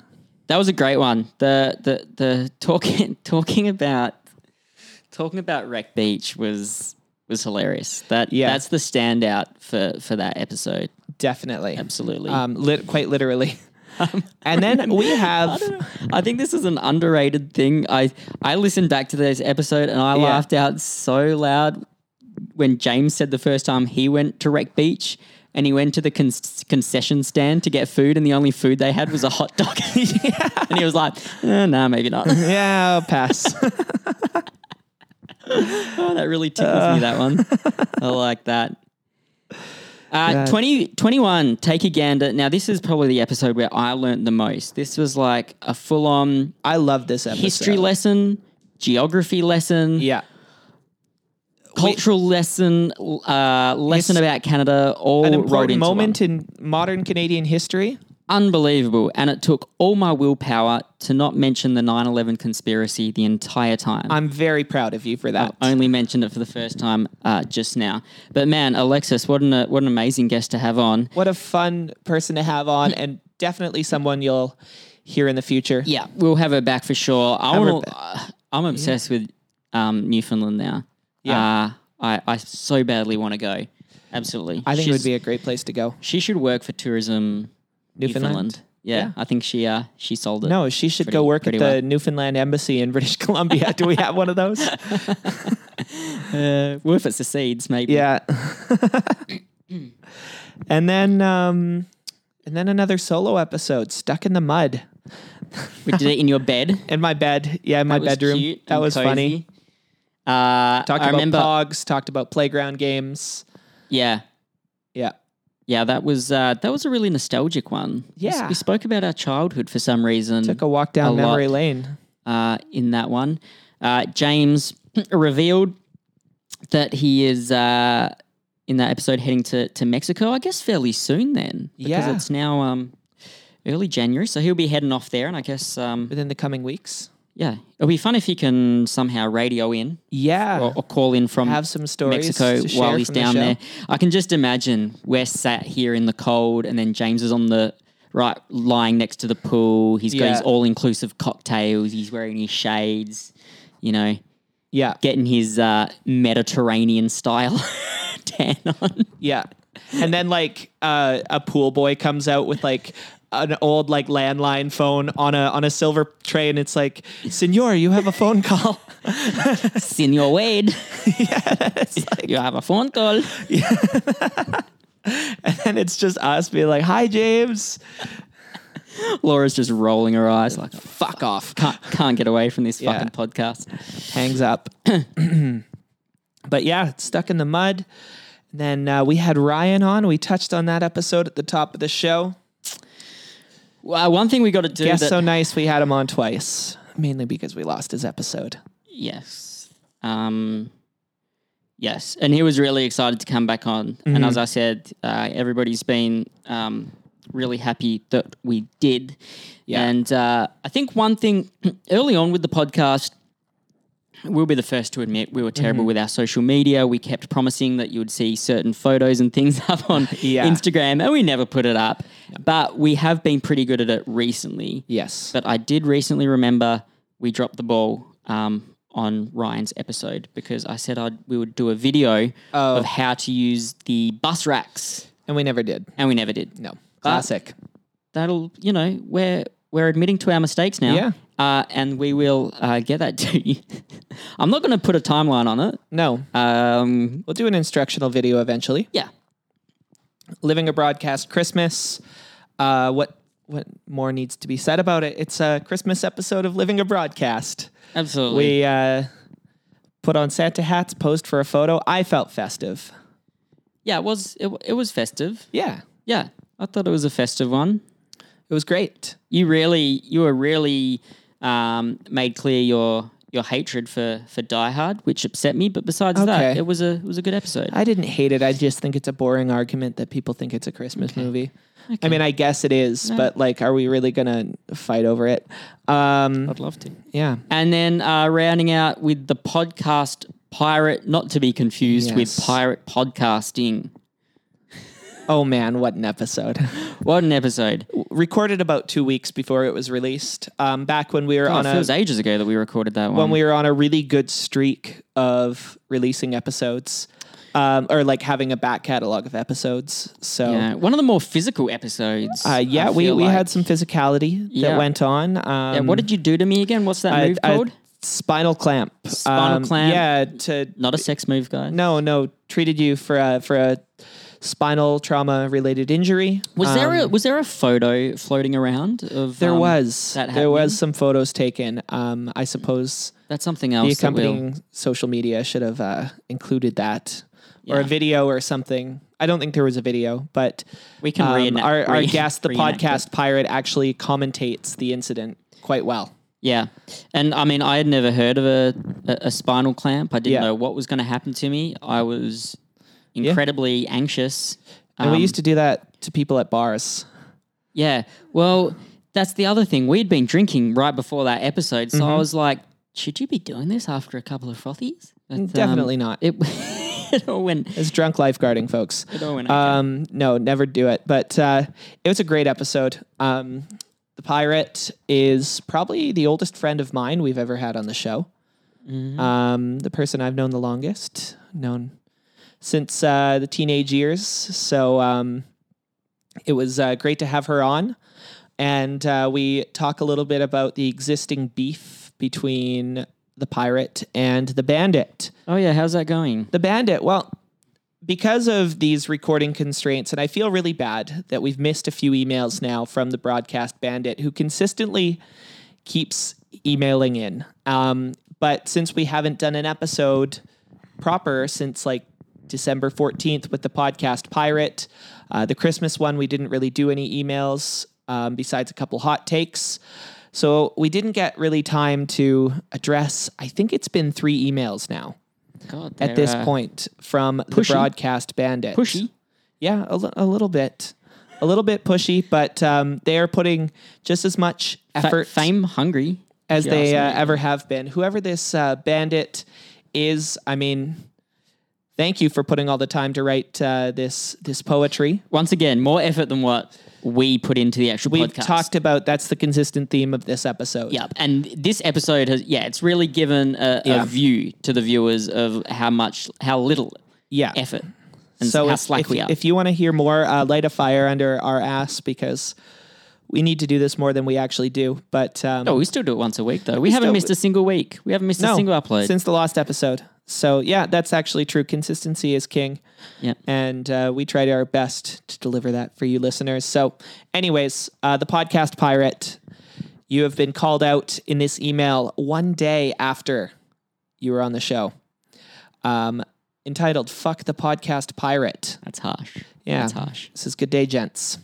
That was a great one. The the the talking talking about talking about Wreck Beach was was hilarious. That Yeah. that's the standout for for that episode. Definitely. Absolutely. Um, lit- quite literally. and then we have, I think this is an underrated thing. I I listened back to this episode and I Yeah. laughed out so loud when James said the first time he went to Wreck Beach and he went to the con- concession stand to get food and the only food they had was a hot dog. and he was like, eh, "Nah, maybe not." yeah, I'll pass. Oh, that really tickles me, that one. I like that. Uh, 20, 21, Take a Gander. Now, this is probably the episode where I learnt the most. This was like a full on I love this episode. history lesson, geography lesson. Yeah. cultural lesson, uh, lesson Yes. about Canada, all An rolled important into one. moment in modern Canadian history. unbelievable. And it took all my willpower to not mention the 9 11 conspiracy the entire time. I I'm very proud of you for that. only mentioned it for the first time uh, just now. But man, Alexis, what an, uh, what an amazing guest to have on. what a fun person to have on, and definitely someone you'll hear in the future. Yeah, we'll have her back for sure. I her want to. Uh, I'm obsessed with um, Newfoundland now. Yeah. uh, I, I so badly want to go. Absolutely, I think it She's- would be a great place to go. She should work for tourism, Newfoundland. Newfoundland. Yeah, I think she uh, she sold it. No, she should Pretty- go work at pretty the well. Newfoundland Embassy in British Columbia. Do we have one of those? uh, well, if it's the seeds, maybe. Yeah. and then, um, and then another solo episode, stuck in the mud we did it in your bed. in my bed. Yeah, in my That was bedroom. cute that and was funny. cozy. Uh, Talked I about remember. pogs. Talked about playground games. Yeah, Yeah. yeah, that was uh, that was a really nostalgic one. We s- Yeah. we spoke about our childhood for some reason. Took a walk down A lot. memory lane. uh, in that one. Uh, James revealed that he is uh, in that episode heading to, to Mexico, I guess fairly soon then. Because Yeah. it's now um, early January. So he'll be heading off there. And I guess, um, Within the coming weeks. yeah, it'll be fun if he can somehow radio in Yeah. or, or call in from have some stories Mexico to share while he's from the down show. there. I can just imagine we're sat here in the cold, and then James is on the right, lying next to the pool. He's got Yeah. his all-inclusive cocktails. He's wearing his shades. You know, yeah. getting his uh, Mediterranean style tan on. Yeah. And then like uh, a pool boy comes out with like an old like landline phone on a on a silver tray and it's like, Senor, you have a phone call. Senor Wade, you have a phone call. and it's just us being like, Hi James. Laura's just rolling her eyes like, Fuck off. can't, can't get away from this Yeah. fucking podcast. Hangs up. but yeah, it's stuck in the mud. And then uh, we had Ryan on. We touched on that episode at the top of the show. Well, one thing we got to do Guess that- so nice we had him on twice. Mainly because we lost his episode. Yes. Um, yes. And he was really excited to come back on. And Mm-hmm. as I said, uh, everybody's been um, really happy that we did. Yeah. And uh, I think one thing early on with the podcast, we'll be the first to admit we were terrible Mm-hmm. with our social media. We kept promising that you would see certain photos and things up on Yeah. Instagram, and we never put it up. But we have been pretty good at it recently. Yes. But I did recently remember we dropped the ball um, on Ryan's episode because I said I'd, we would do a video Oh. of how to use the bus racks, And we never did. and we never did. No. Classic. That'll, you know, we're we're admitting to our mistakes now. Yeah. Uh, and we will uh, get that to you. I'm not going to put a timeline on it. no. Um, We'll do an instructional video eventually. yeah. Living a broadcast Christmas. Uh, what what more needs to be said about it? It's a Christmas episode of Living a Broadcast. Absolutely. We uh, put on Santa hats, posed for a photo. I felt festive. yeah, it was it, it was festive. Yeah, Yeah. I thought it was a festive one. it was great. you really you were really um, made clear your your hatred for for Die Hard, which upset me. But besides that, Okay. it was a it was a good episode. I didn't hate it. I just think it's a boring argument that people think it's a Christmas movie. I mean, I guess it is, but like, are we really gonna fight over it? Um, I'd love to. yeah, And then uh, rounding out with the podcast pirate, not to be confused with Yes. pirate podcasting. Oh man, what an episode. What an episode! Oh, Recorded about two weeks before it was released. Um, back when we were Oh, on it a feels ages ago that we recorded that one. when we were on a really good streak of releasing episodes, um, or like having a back catalog of episodes. So yeah, yeah, one of the more physical episodes. Oh. uh, yeah I we, feel we like. had some physicality Yeah. that went on. Um, Yeah, what did you do to me again? What's that move called? spinal clamp. Um, Spinal clamp. Yeah. To not a sex move, guys. no no treated you for a, for a spinal trauma related injury. Was there Um, a was there a photo floating around of there um, was that there happening? was some photos taken. Um, I suppose. That's something the else. That will accompanying social media should have uh, included that or Yeah. a video or something. I don't think there was a video, but we can um, reenact. our, our re- guest, the reenact it. podcast pirate, actually commentates the incident quite well. Yeah, and I mean, I had never heard of a a, a spinal clamp. I didn't Yeah. know what was going to happen to me. I was incredibly anxious. And we Um, used to do that to people at bars. Yeah. Well, that's the other thing. We'd been drinking right before that episode, so I was like, should you be doing this after a couple of frothies? But, um, Definitely not. it, it all went. It's drunk lifeguarding, folks. It all went. okay. Um, no, never do it. But uh, it was a great episode. Um, the pirate is probably the oldest friend of mine we've ever had on the show. Um, the person I've known the longest, known since uh, the teenage years. So um, it was uh, great to have her on. And uh, we talk a little bit about the existing beef between the pirate and the bandit oh yeah, how's that going? the bandit well because of these recording constraints and i feel really bad that we've missed a few emails now from the broadcast bandit who consistently keeps emailing in um, but since we haven't done an episode proper since like december 14th with the podcast pirate uh, the christmas one we didn't really do any emails um, besides a couple hot takes so we didn't get really time to address i think it's been three emails now God, at this they're, uh, point from pushy. the broadcast bandit. pushy. Yeah, a li- a little bit. A little bit pushy, but um, they are putting just as much Fa- effort fame hungry as if you they uh, ask me. ever have been. Whoever this uh, bandit is, I mean, thank you for putting all the time to write uh, this this poetry. Once again, more effort than what we put into the actual We've podcast. talked about that's the consistent theme of this episode. Yep. And this episode has, yeah, it's really given a, Yeah. a view to the viewers of how much, how little yeah. effort and so how if, slack if- we are. if you want to hear more, uh, light a fire under our ass because we need to do this more than we actually do. But um, oh, we still do it once a week, though. We haven't still- missed a single week. We haven't missed a single upload. since the last episode. So yeah, that's actually true. Consistency is king. Yep. And uh, we tried our best to deliver that for you listeners. So, anyways, uh, the podcast pirate, you have been called out in this email one day after you were on the show, um, entitled "Fuck the Podcast Pirate." That's harsh. Yeah. That's harsh. This is good day, gents.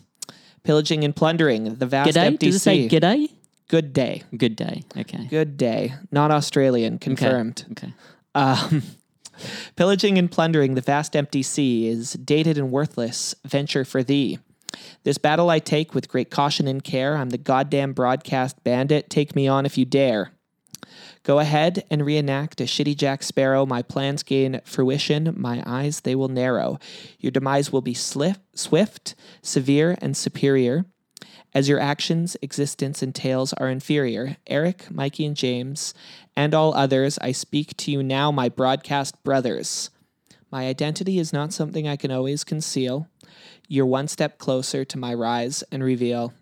Pillaging and plundering the vast G'day? empty Does it say sea. g'day? good day, Good day. Okay. good day. Not Australian, confirmed. Okay. Um, pillaging and plundering the vast empty sea is dated and worthless venture for thee. This battle I take with great caution and care. I'm the goddamn broadcast bandit. Take me on if you dare. Go ahead and reenact a shitty Jack Sparrow. My plans gain fruition. My eyes, they will narrow. Your demise will be slif- swift, severe, and superior. As your actions, existence, and tales are inferior, Eric, Mikey, and James, and all others, I speak to you now, my broadcast brothers. My identity is not something I can always conceal. You're one step closer to my rise and reveal.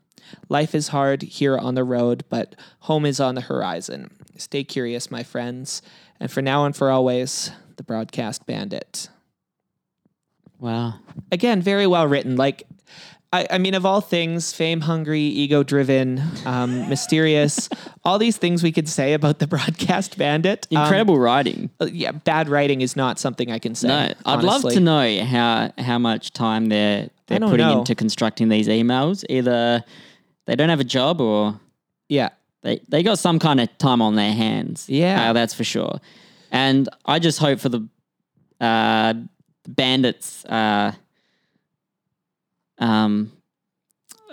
Life is hard here on the road, but home is on the horizon. Stay curious, my friends, and for now and for always, the broadcast bandit Wow. again very well written like I, I mean of all things fame hungry ego driven um, mysterious all these things we could say about the broadcast bandit Um, Incredible writing. uh, yeah bad writing is not something i can say No, I'd love honestly. to know how how much time they're they're don't putting know. into constructing these emails. Either they don't have a job or yeah they they got some kind of time on their hands. Yeah. Uh, that's for sure. And I just hope for the uh, bandits. Uh, um,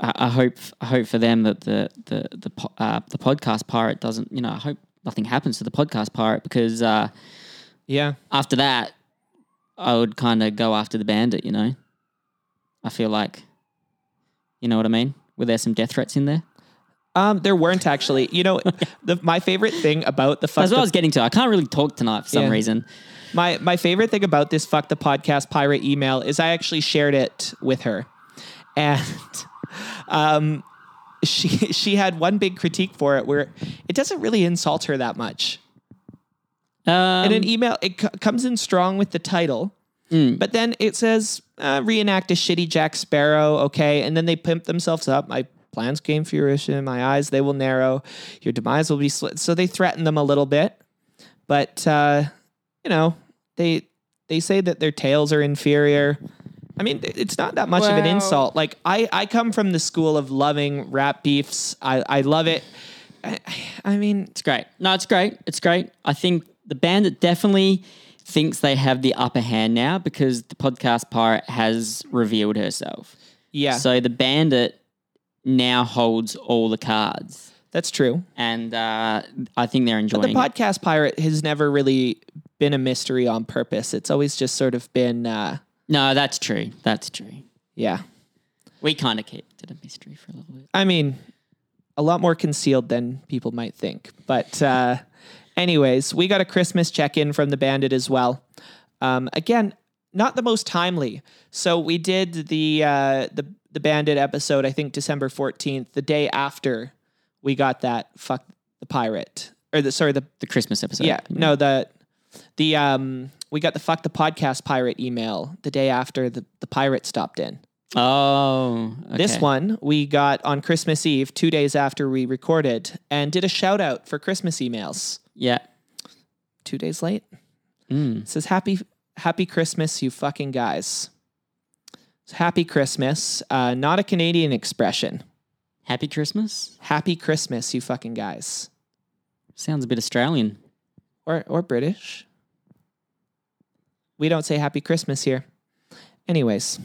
I, I hope I hope for them that the the the po- uh, the podcast pirate doesn't. You know, I hope nothing happens to the podcast pirate because uh, yeah after that, I would kind of go after the bandit. You know, I feel like, you know what I mean. Were there some death threats in there? um, there weren't actually you know the, my favorite thing about the fuck That's what the I was getting to. I can't really talk tonight for some Yeah. reason. My my favorite thing about this fuck the podcast pirate email is I actually shared it with her, and um, she she had one big critique for it where it doesn't really insult her that much. Um, Mm. In an email, it c- comes in strong with the title, but then it says uh, reenact a shitty Jack Sparrow, okay, and then they pimp themselves up. My plans gain fruition. My eyes they will narrow. Your demise will be slit. So they threaten them a little bit but uh, you know they they say that their tails are inferior. I mean, it- it's not that much of an Well- insult. Like I, I come from the school of loving rap beefs. I, I love it. I, I mean, It's great. No, it's great. It's great. I think the Bandit definitely thinks they have the upper hand now because the podcast pirate has revealed herself. yeah, So the Bandit now holds all the cards. that's true. And uh, I think they're enjoying The it. podcast pirate has never really been a mystery on purpose. It's always just sort of been, uh, No, that's true. That's true. yeah. We kind of kept it a mystery for a little bit. I mean, a lot more concealed than people might think. But, uh, anyways, we got a Christmas check in from the Bandit as well. Um, again, not the most timely. So we did the uh, the the Bandit episode. I think December fourteenth, the day after we got that fuck the pirate or the sorry the The Christmas episode. yeah no the the um we got the fuck the podcast pirate email the day after the the pirate stopped in. Oh. This okay. one we got on Christmas Eve, two days after we recorded, and did a shout out for Christmas emails. Yeah. Two days late. Mm. It says happy happy Christmas, you fucking guys. So, happy Christmas, uh, not a Canadian expression. Happy Christmas. Happy Christmas, you fucking guys, Sounds a bit Australian. or or British. We don't say happy Christmas here. Anyways,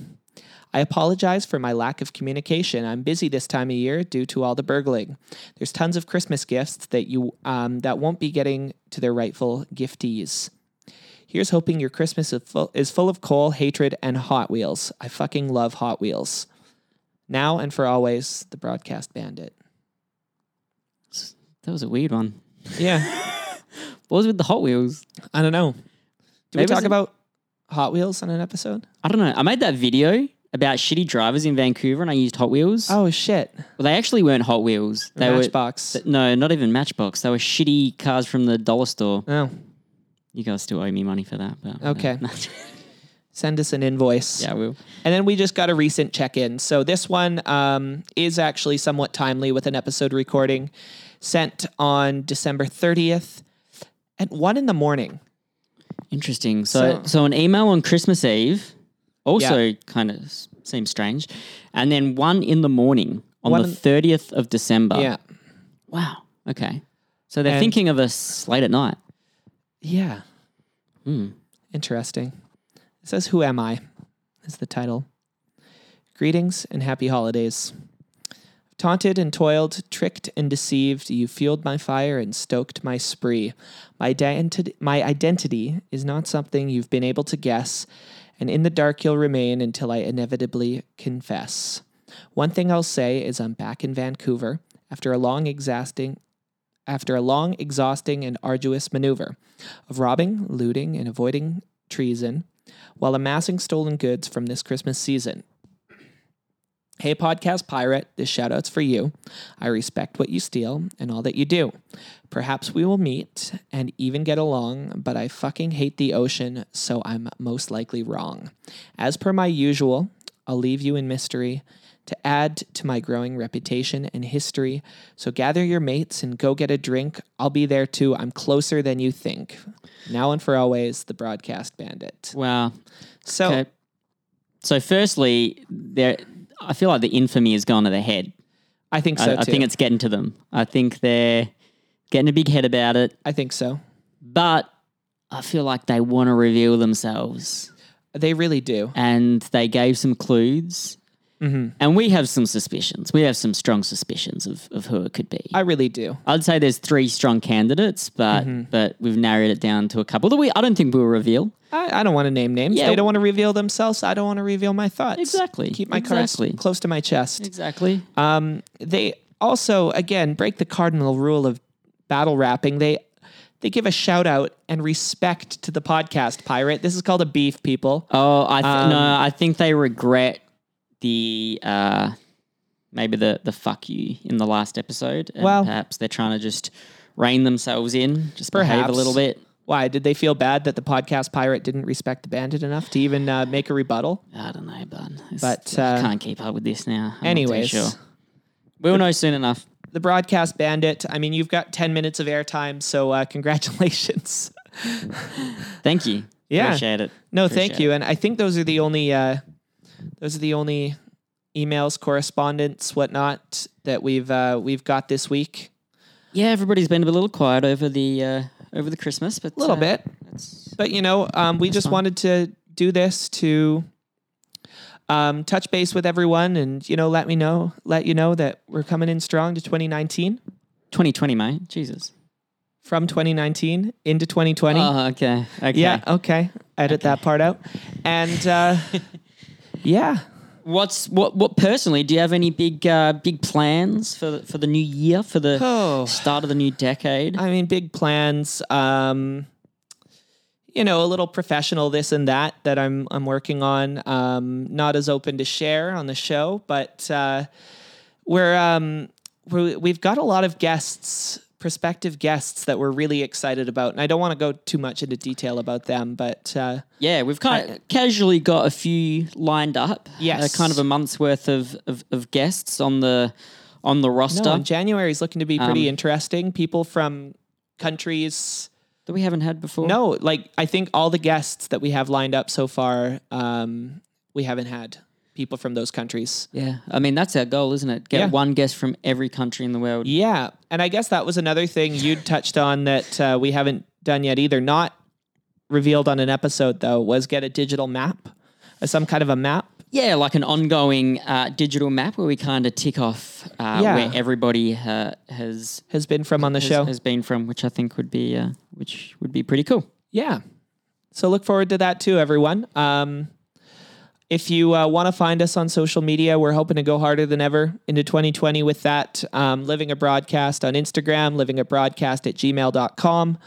I apologize for my lack of communication. I'm busy this time of year due to all the burgling. There's tons of Christmas gifts that you um, that won't be getting to their rightful giftees. Here's hoping your Christmas is full, is full of coal, hatred, and Hot Wheels. I fucking love Hot Wheels. Now and for always, the broadcast bandit. That was a weird one. Yeah, What was with the Hot Wheels? I don't know. Do we Maybe talk it's- about Hot Wheels on an episode? I don't know. I made that video about shitty drivers in Vancouver and I used Hot Wheels. Oh shit! Well, they actually weren't Hot Wheels. They Matchbox. were no, not even Matchbox. They were shitty cars from the dollar store. Oh, You guys still owe me money for that, but uh, Okay. send us an invoice. yeah, I will. And then we just got a recent check in. So this one um, is actually somewhat timely with an episode recording sent on December 30th at one in the morning. Interesting. So, So- so, an email on Christmas Eve also kind of s- seems strange, and then one in the morning on One the in- thirtieth of December. Yeah. Wow. Okay. So they're And- thinking of us late at night. Yeah. Interesting. It says, Who Am I? is the title. Greetings and happy holidays. Taunted and toiled, tricked and deceived, you fueled my fire and stoked my spree. My, identi- my identity is not something you've been able to guess, and in the dark you'll remain until I inevitably confess. One thing I'll say is I'm back in Vancouver after a long, exhausting, after a long, exhausting, and arduous maneuver of robbing, looting, and avoiding treason while amassing stolen goods from this Christmas season. Hey, Podcast Pirate, this shout out's for you. I respect what you steal and all that you do. Perhaps we will meet and even get along, but I fucking hate the ocean, so I'm most likely wrong. As per my usual, I'll leave you in mystery to add to my growing reputation and history. So gather your mates and go get a drink. I'll be there too. I'm closer than you think. Now and for always, the broadcast bandit. Wow. So, Okay. So, firstly, there. I feel like the infamy has gone to their head. I think so I, I too. think it's getting to them. I think they're getting a big head about it, I think so. but I feel like they want to reveal themselves. They really do. and they gave some clues. And we have some suspicions. We have some strong suspicions of, of who it could be. I really do. I, would say there's three strong candidates, but Mm-hmm. but we've narrowed it down to a couple that we I don't think we'll reveal. I, I don't want to name names. Yeah. They don't want to reveal themselves. I don't want to reveal my thoughts. Exactly. Keep my Exactly. cards close to my chest. Exactly. Um, they also, again, break the cardinal rule of battle rapping. They they give a shout out and respect to the podcast pirate. This is called a beef, people. oh, I th- no, Um, I think they regret the uh, maybe the the fuck you in the last episode. And Well- perhaps they're trying to just rein themselves in, just behave a Perhaps. little bit. Why did they feel bad that the podcast pirate didn't respect the bandit enough to even uh, make a rebuttal? I don't know, but, it's- But, I uh, can't keep up with this now. I'm not too anyways. sure. we'll know soon enough. the broadcast bandit. I mean, you've got 10 minutes of airtime, so uh, congratulations. Thank you. Yeah. Appreciate it. no, Appreciate thank you. And I think those are the only uh, those are the only emails, correspondence, whatnot that we've uh, we've got this week. Yeah, everybody's been a little quiet over the uh, over the Christmas, but A little uh, bit. That's, But you know, um, we just fine. wanted to do this to um, touch base with everyone, and you know, let me know, let you know that we're coming in strong to 2019 2020, mate. Jesus. from 2019 into 2020. Oh, okay. Okay. Yeah, okay. Edit that part out, and uh, yeah, What's what? What personally? Do you have any big uh, big plans for the, for the new year? For the Oh. start of the new decade? I mean, big plans. Um, you know, a little professional this and that that I'm I'm working on. Um, not as open to share on the show, but uh, we're um, we we've got a lot of guests, prospective guests that we're really excited about, and I don't want to go too much into detail about them, but uh, Yeah, we've kind of casually got a few lined up. Yes. Uh, kind of a month's worth of, of, of guests on the on the roster no, January is looking to be pretty interesting. People from countries. that we haven't had before. No, like I think all the guests that we have lined up so far, um, we haven't had people from those countries. Yeah, I mean that's our goal, isn't it? Get Yeah. one guest from every country in the world. Yeah, and I guess that was another thing you'd touched on that uh, we haven't done yet either. Not revealed on an episode though was get a digital map, uh, some kind of a map. Yeah, like an ongoing uh, digital map where we kind of tick off uh, Yeah. where everybody uh, has, Has been from on the has show. has been from, which I think would be uh, which would be pretty cool. Yeah. So look forward to that too, everyone. Um, if you uh, want to find us on social media, we're hoping to go harder than ever into 2020 with that. Um, living a broadcast on Instagram, living a broadcast at gmail.com.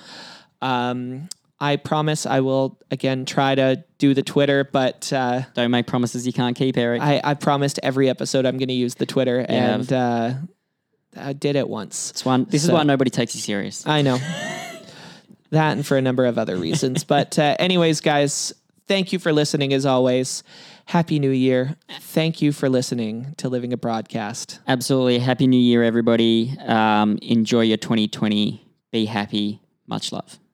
Um, I promise I will again try to do the Twitter, but uh, Don't make promises you can't keep, Eric. I, I promised every episode I'm going to use the Twitter, Yeah. and uh, I did it once. It's one. This is So- why nobody takes you serious. I know. that and for a number of other reasons. But, uh, anyways, guys, thank you for listening as always. Happy New Year. Thank you for listening to Living a Broadcast. Absolutely. Happy New Year, everybody. Um, enjoy your 2020. Be happy. Much love.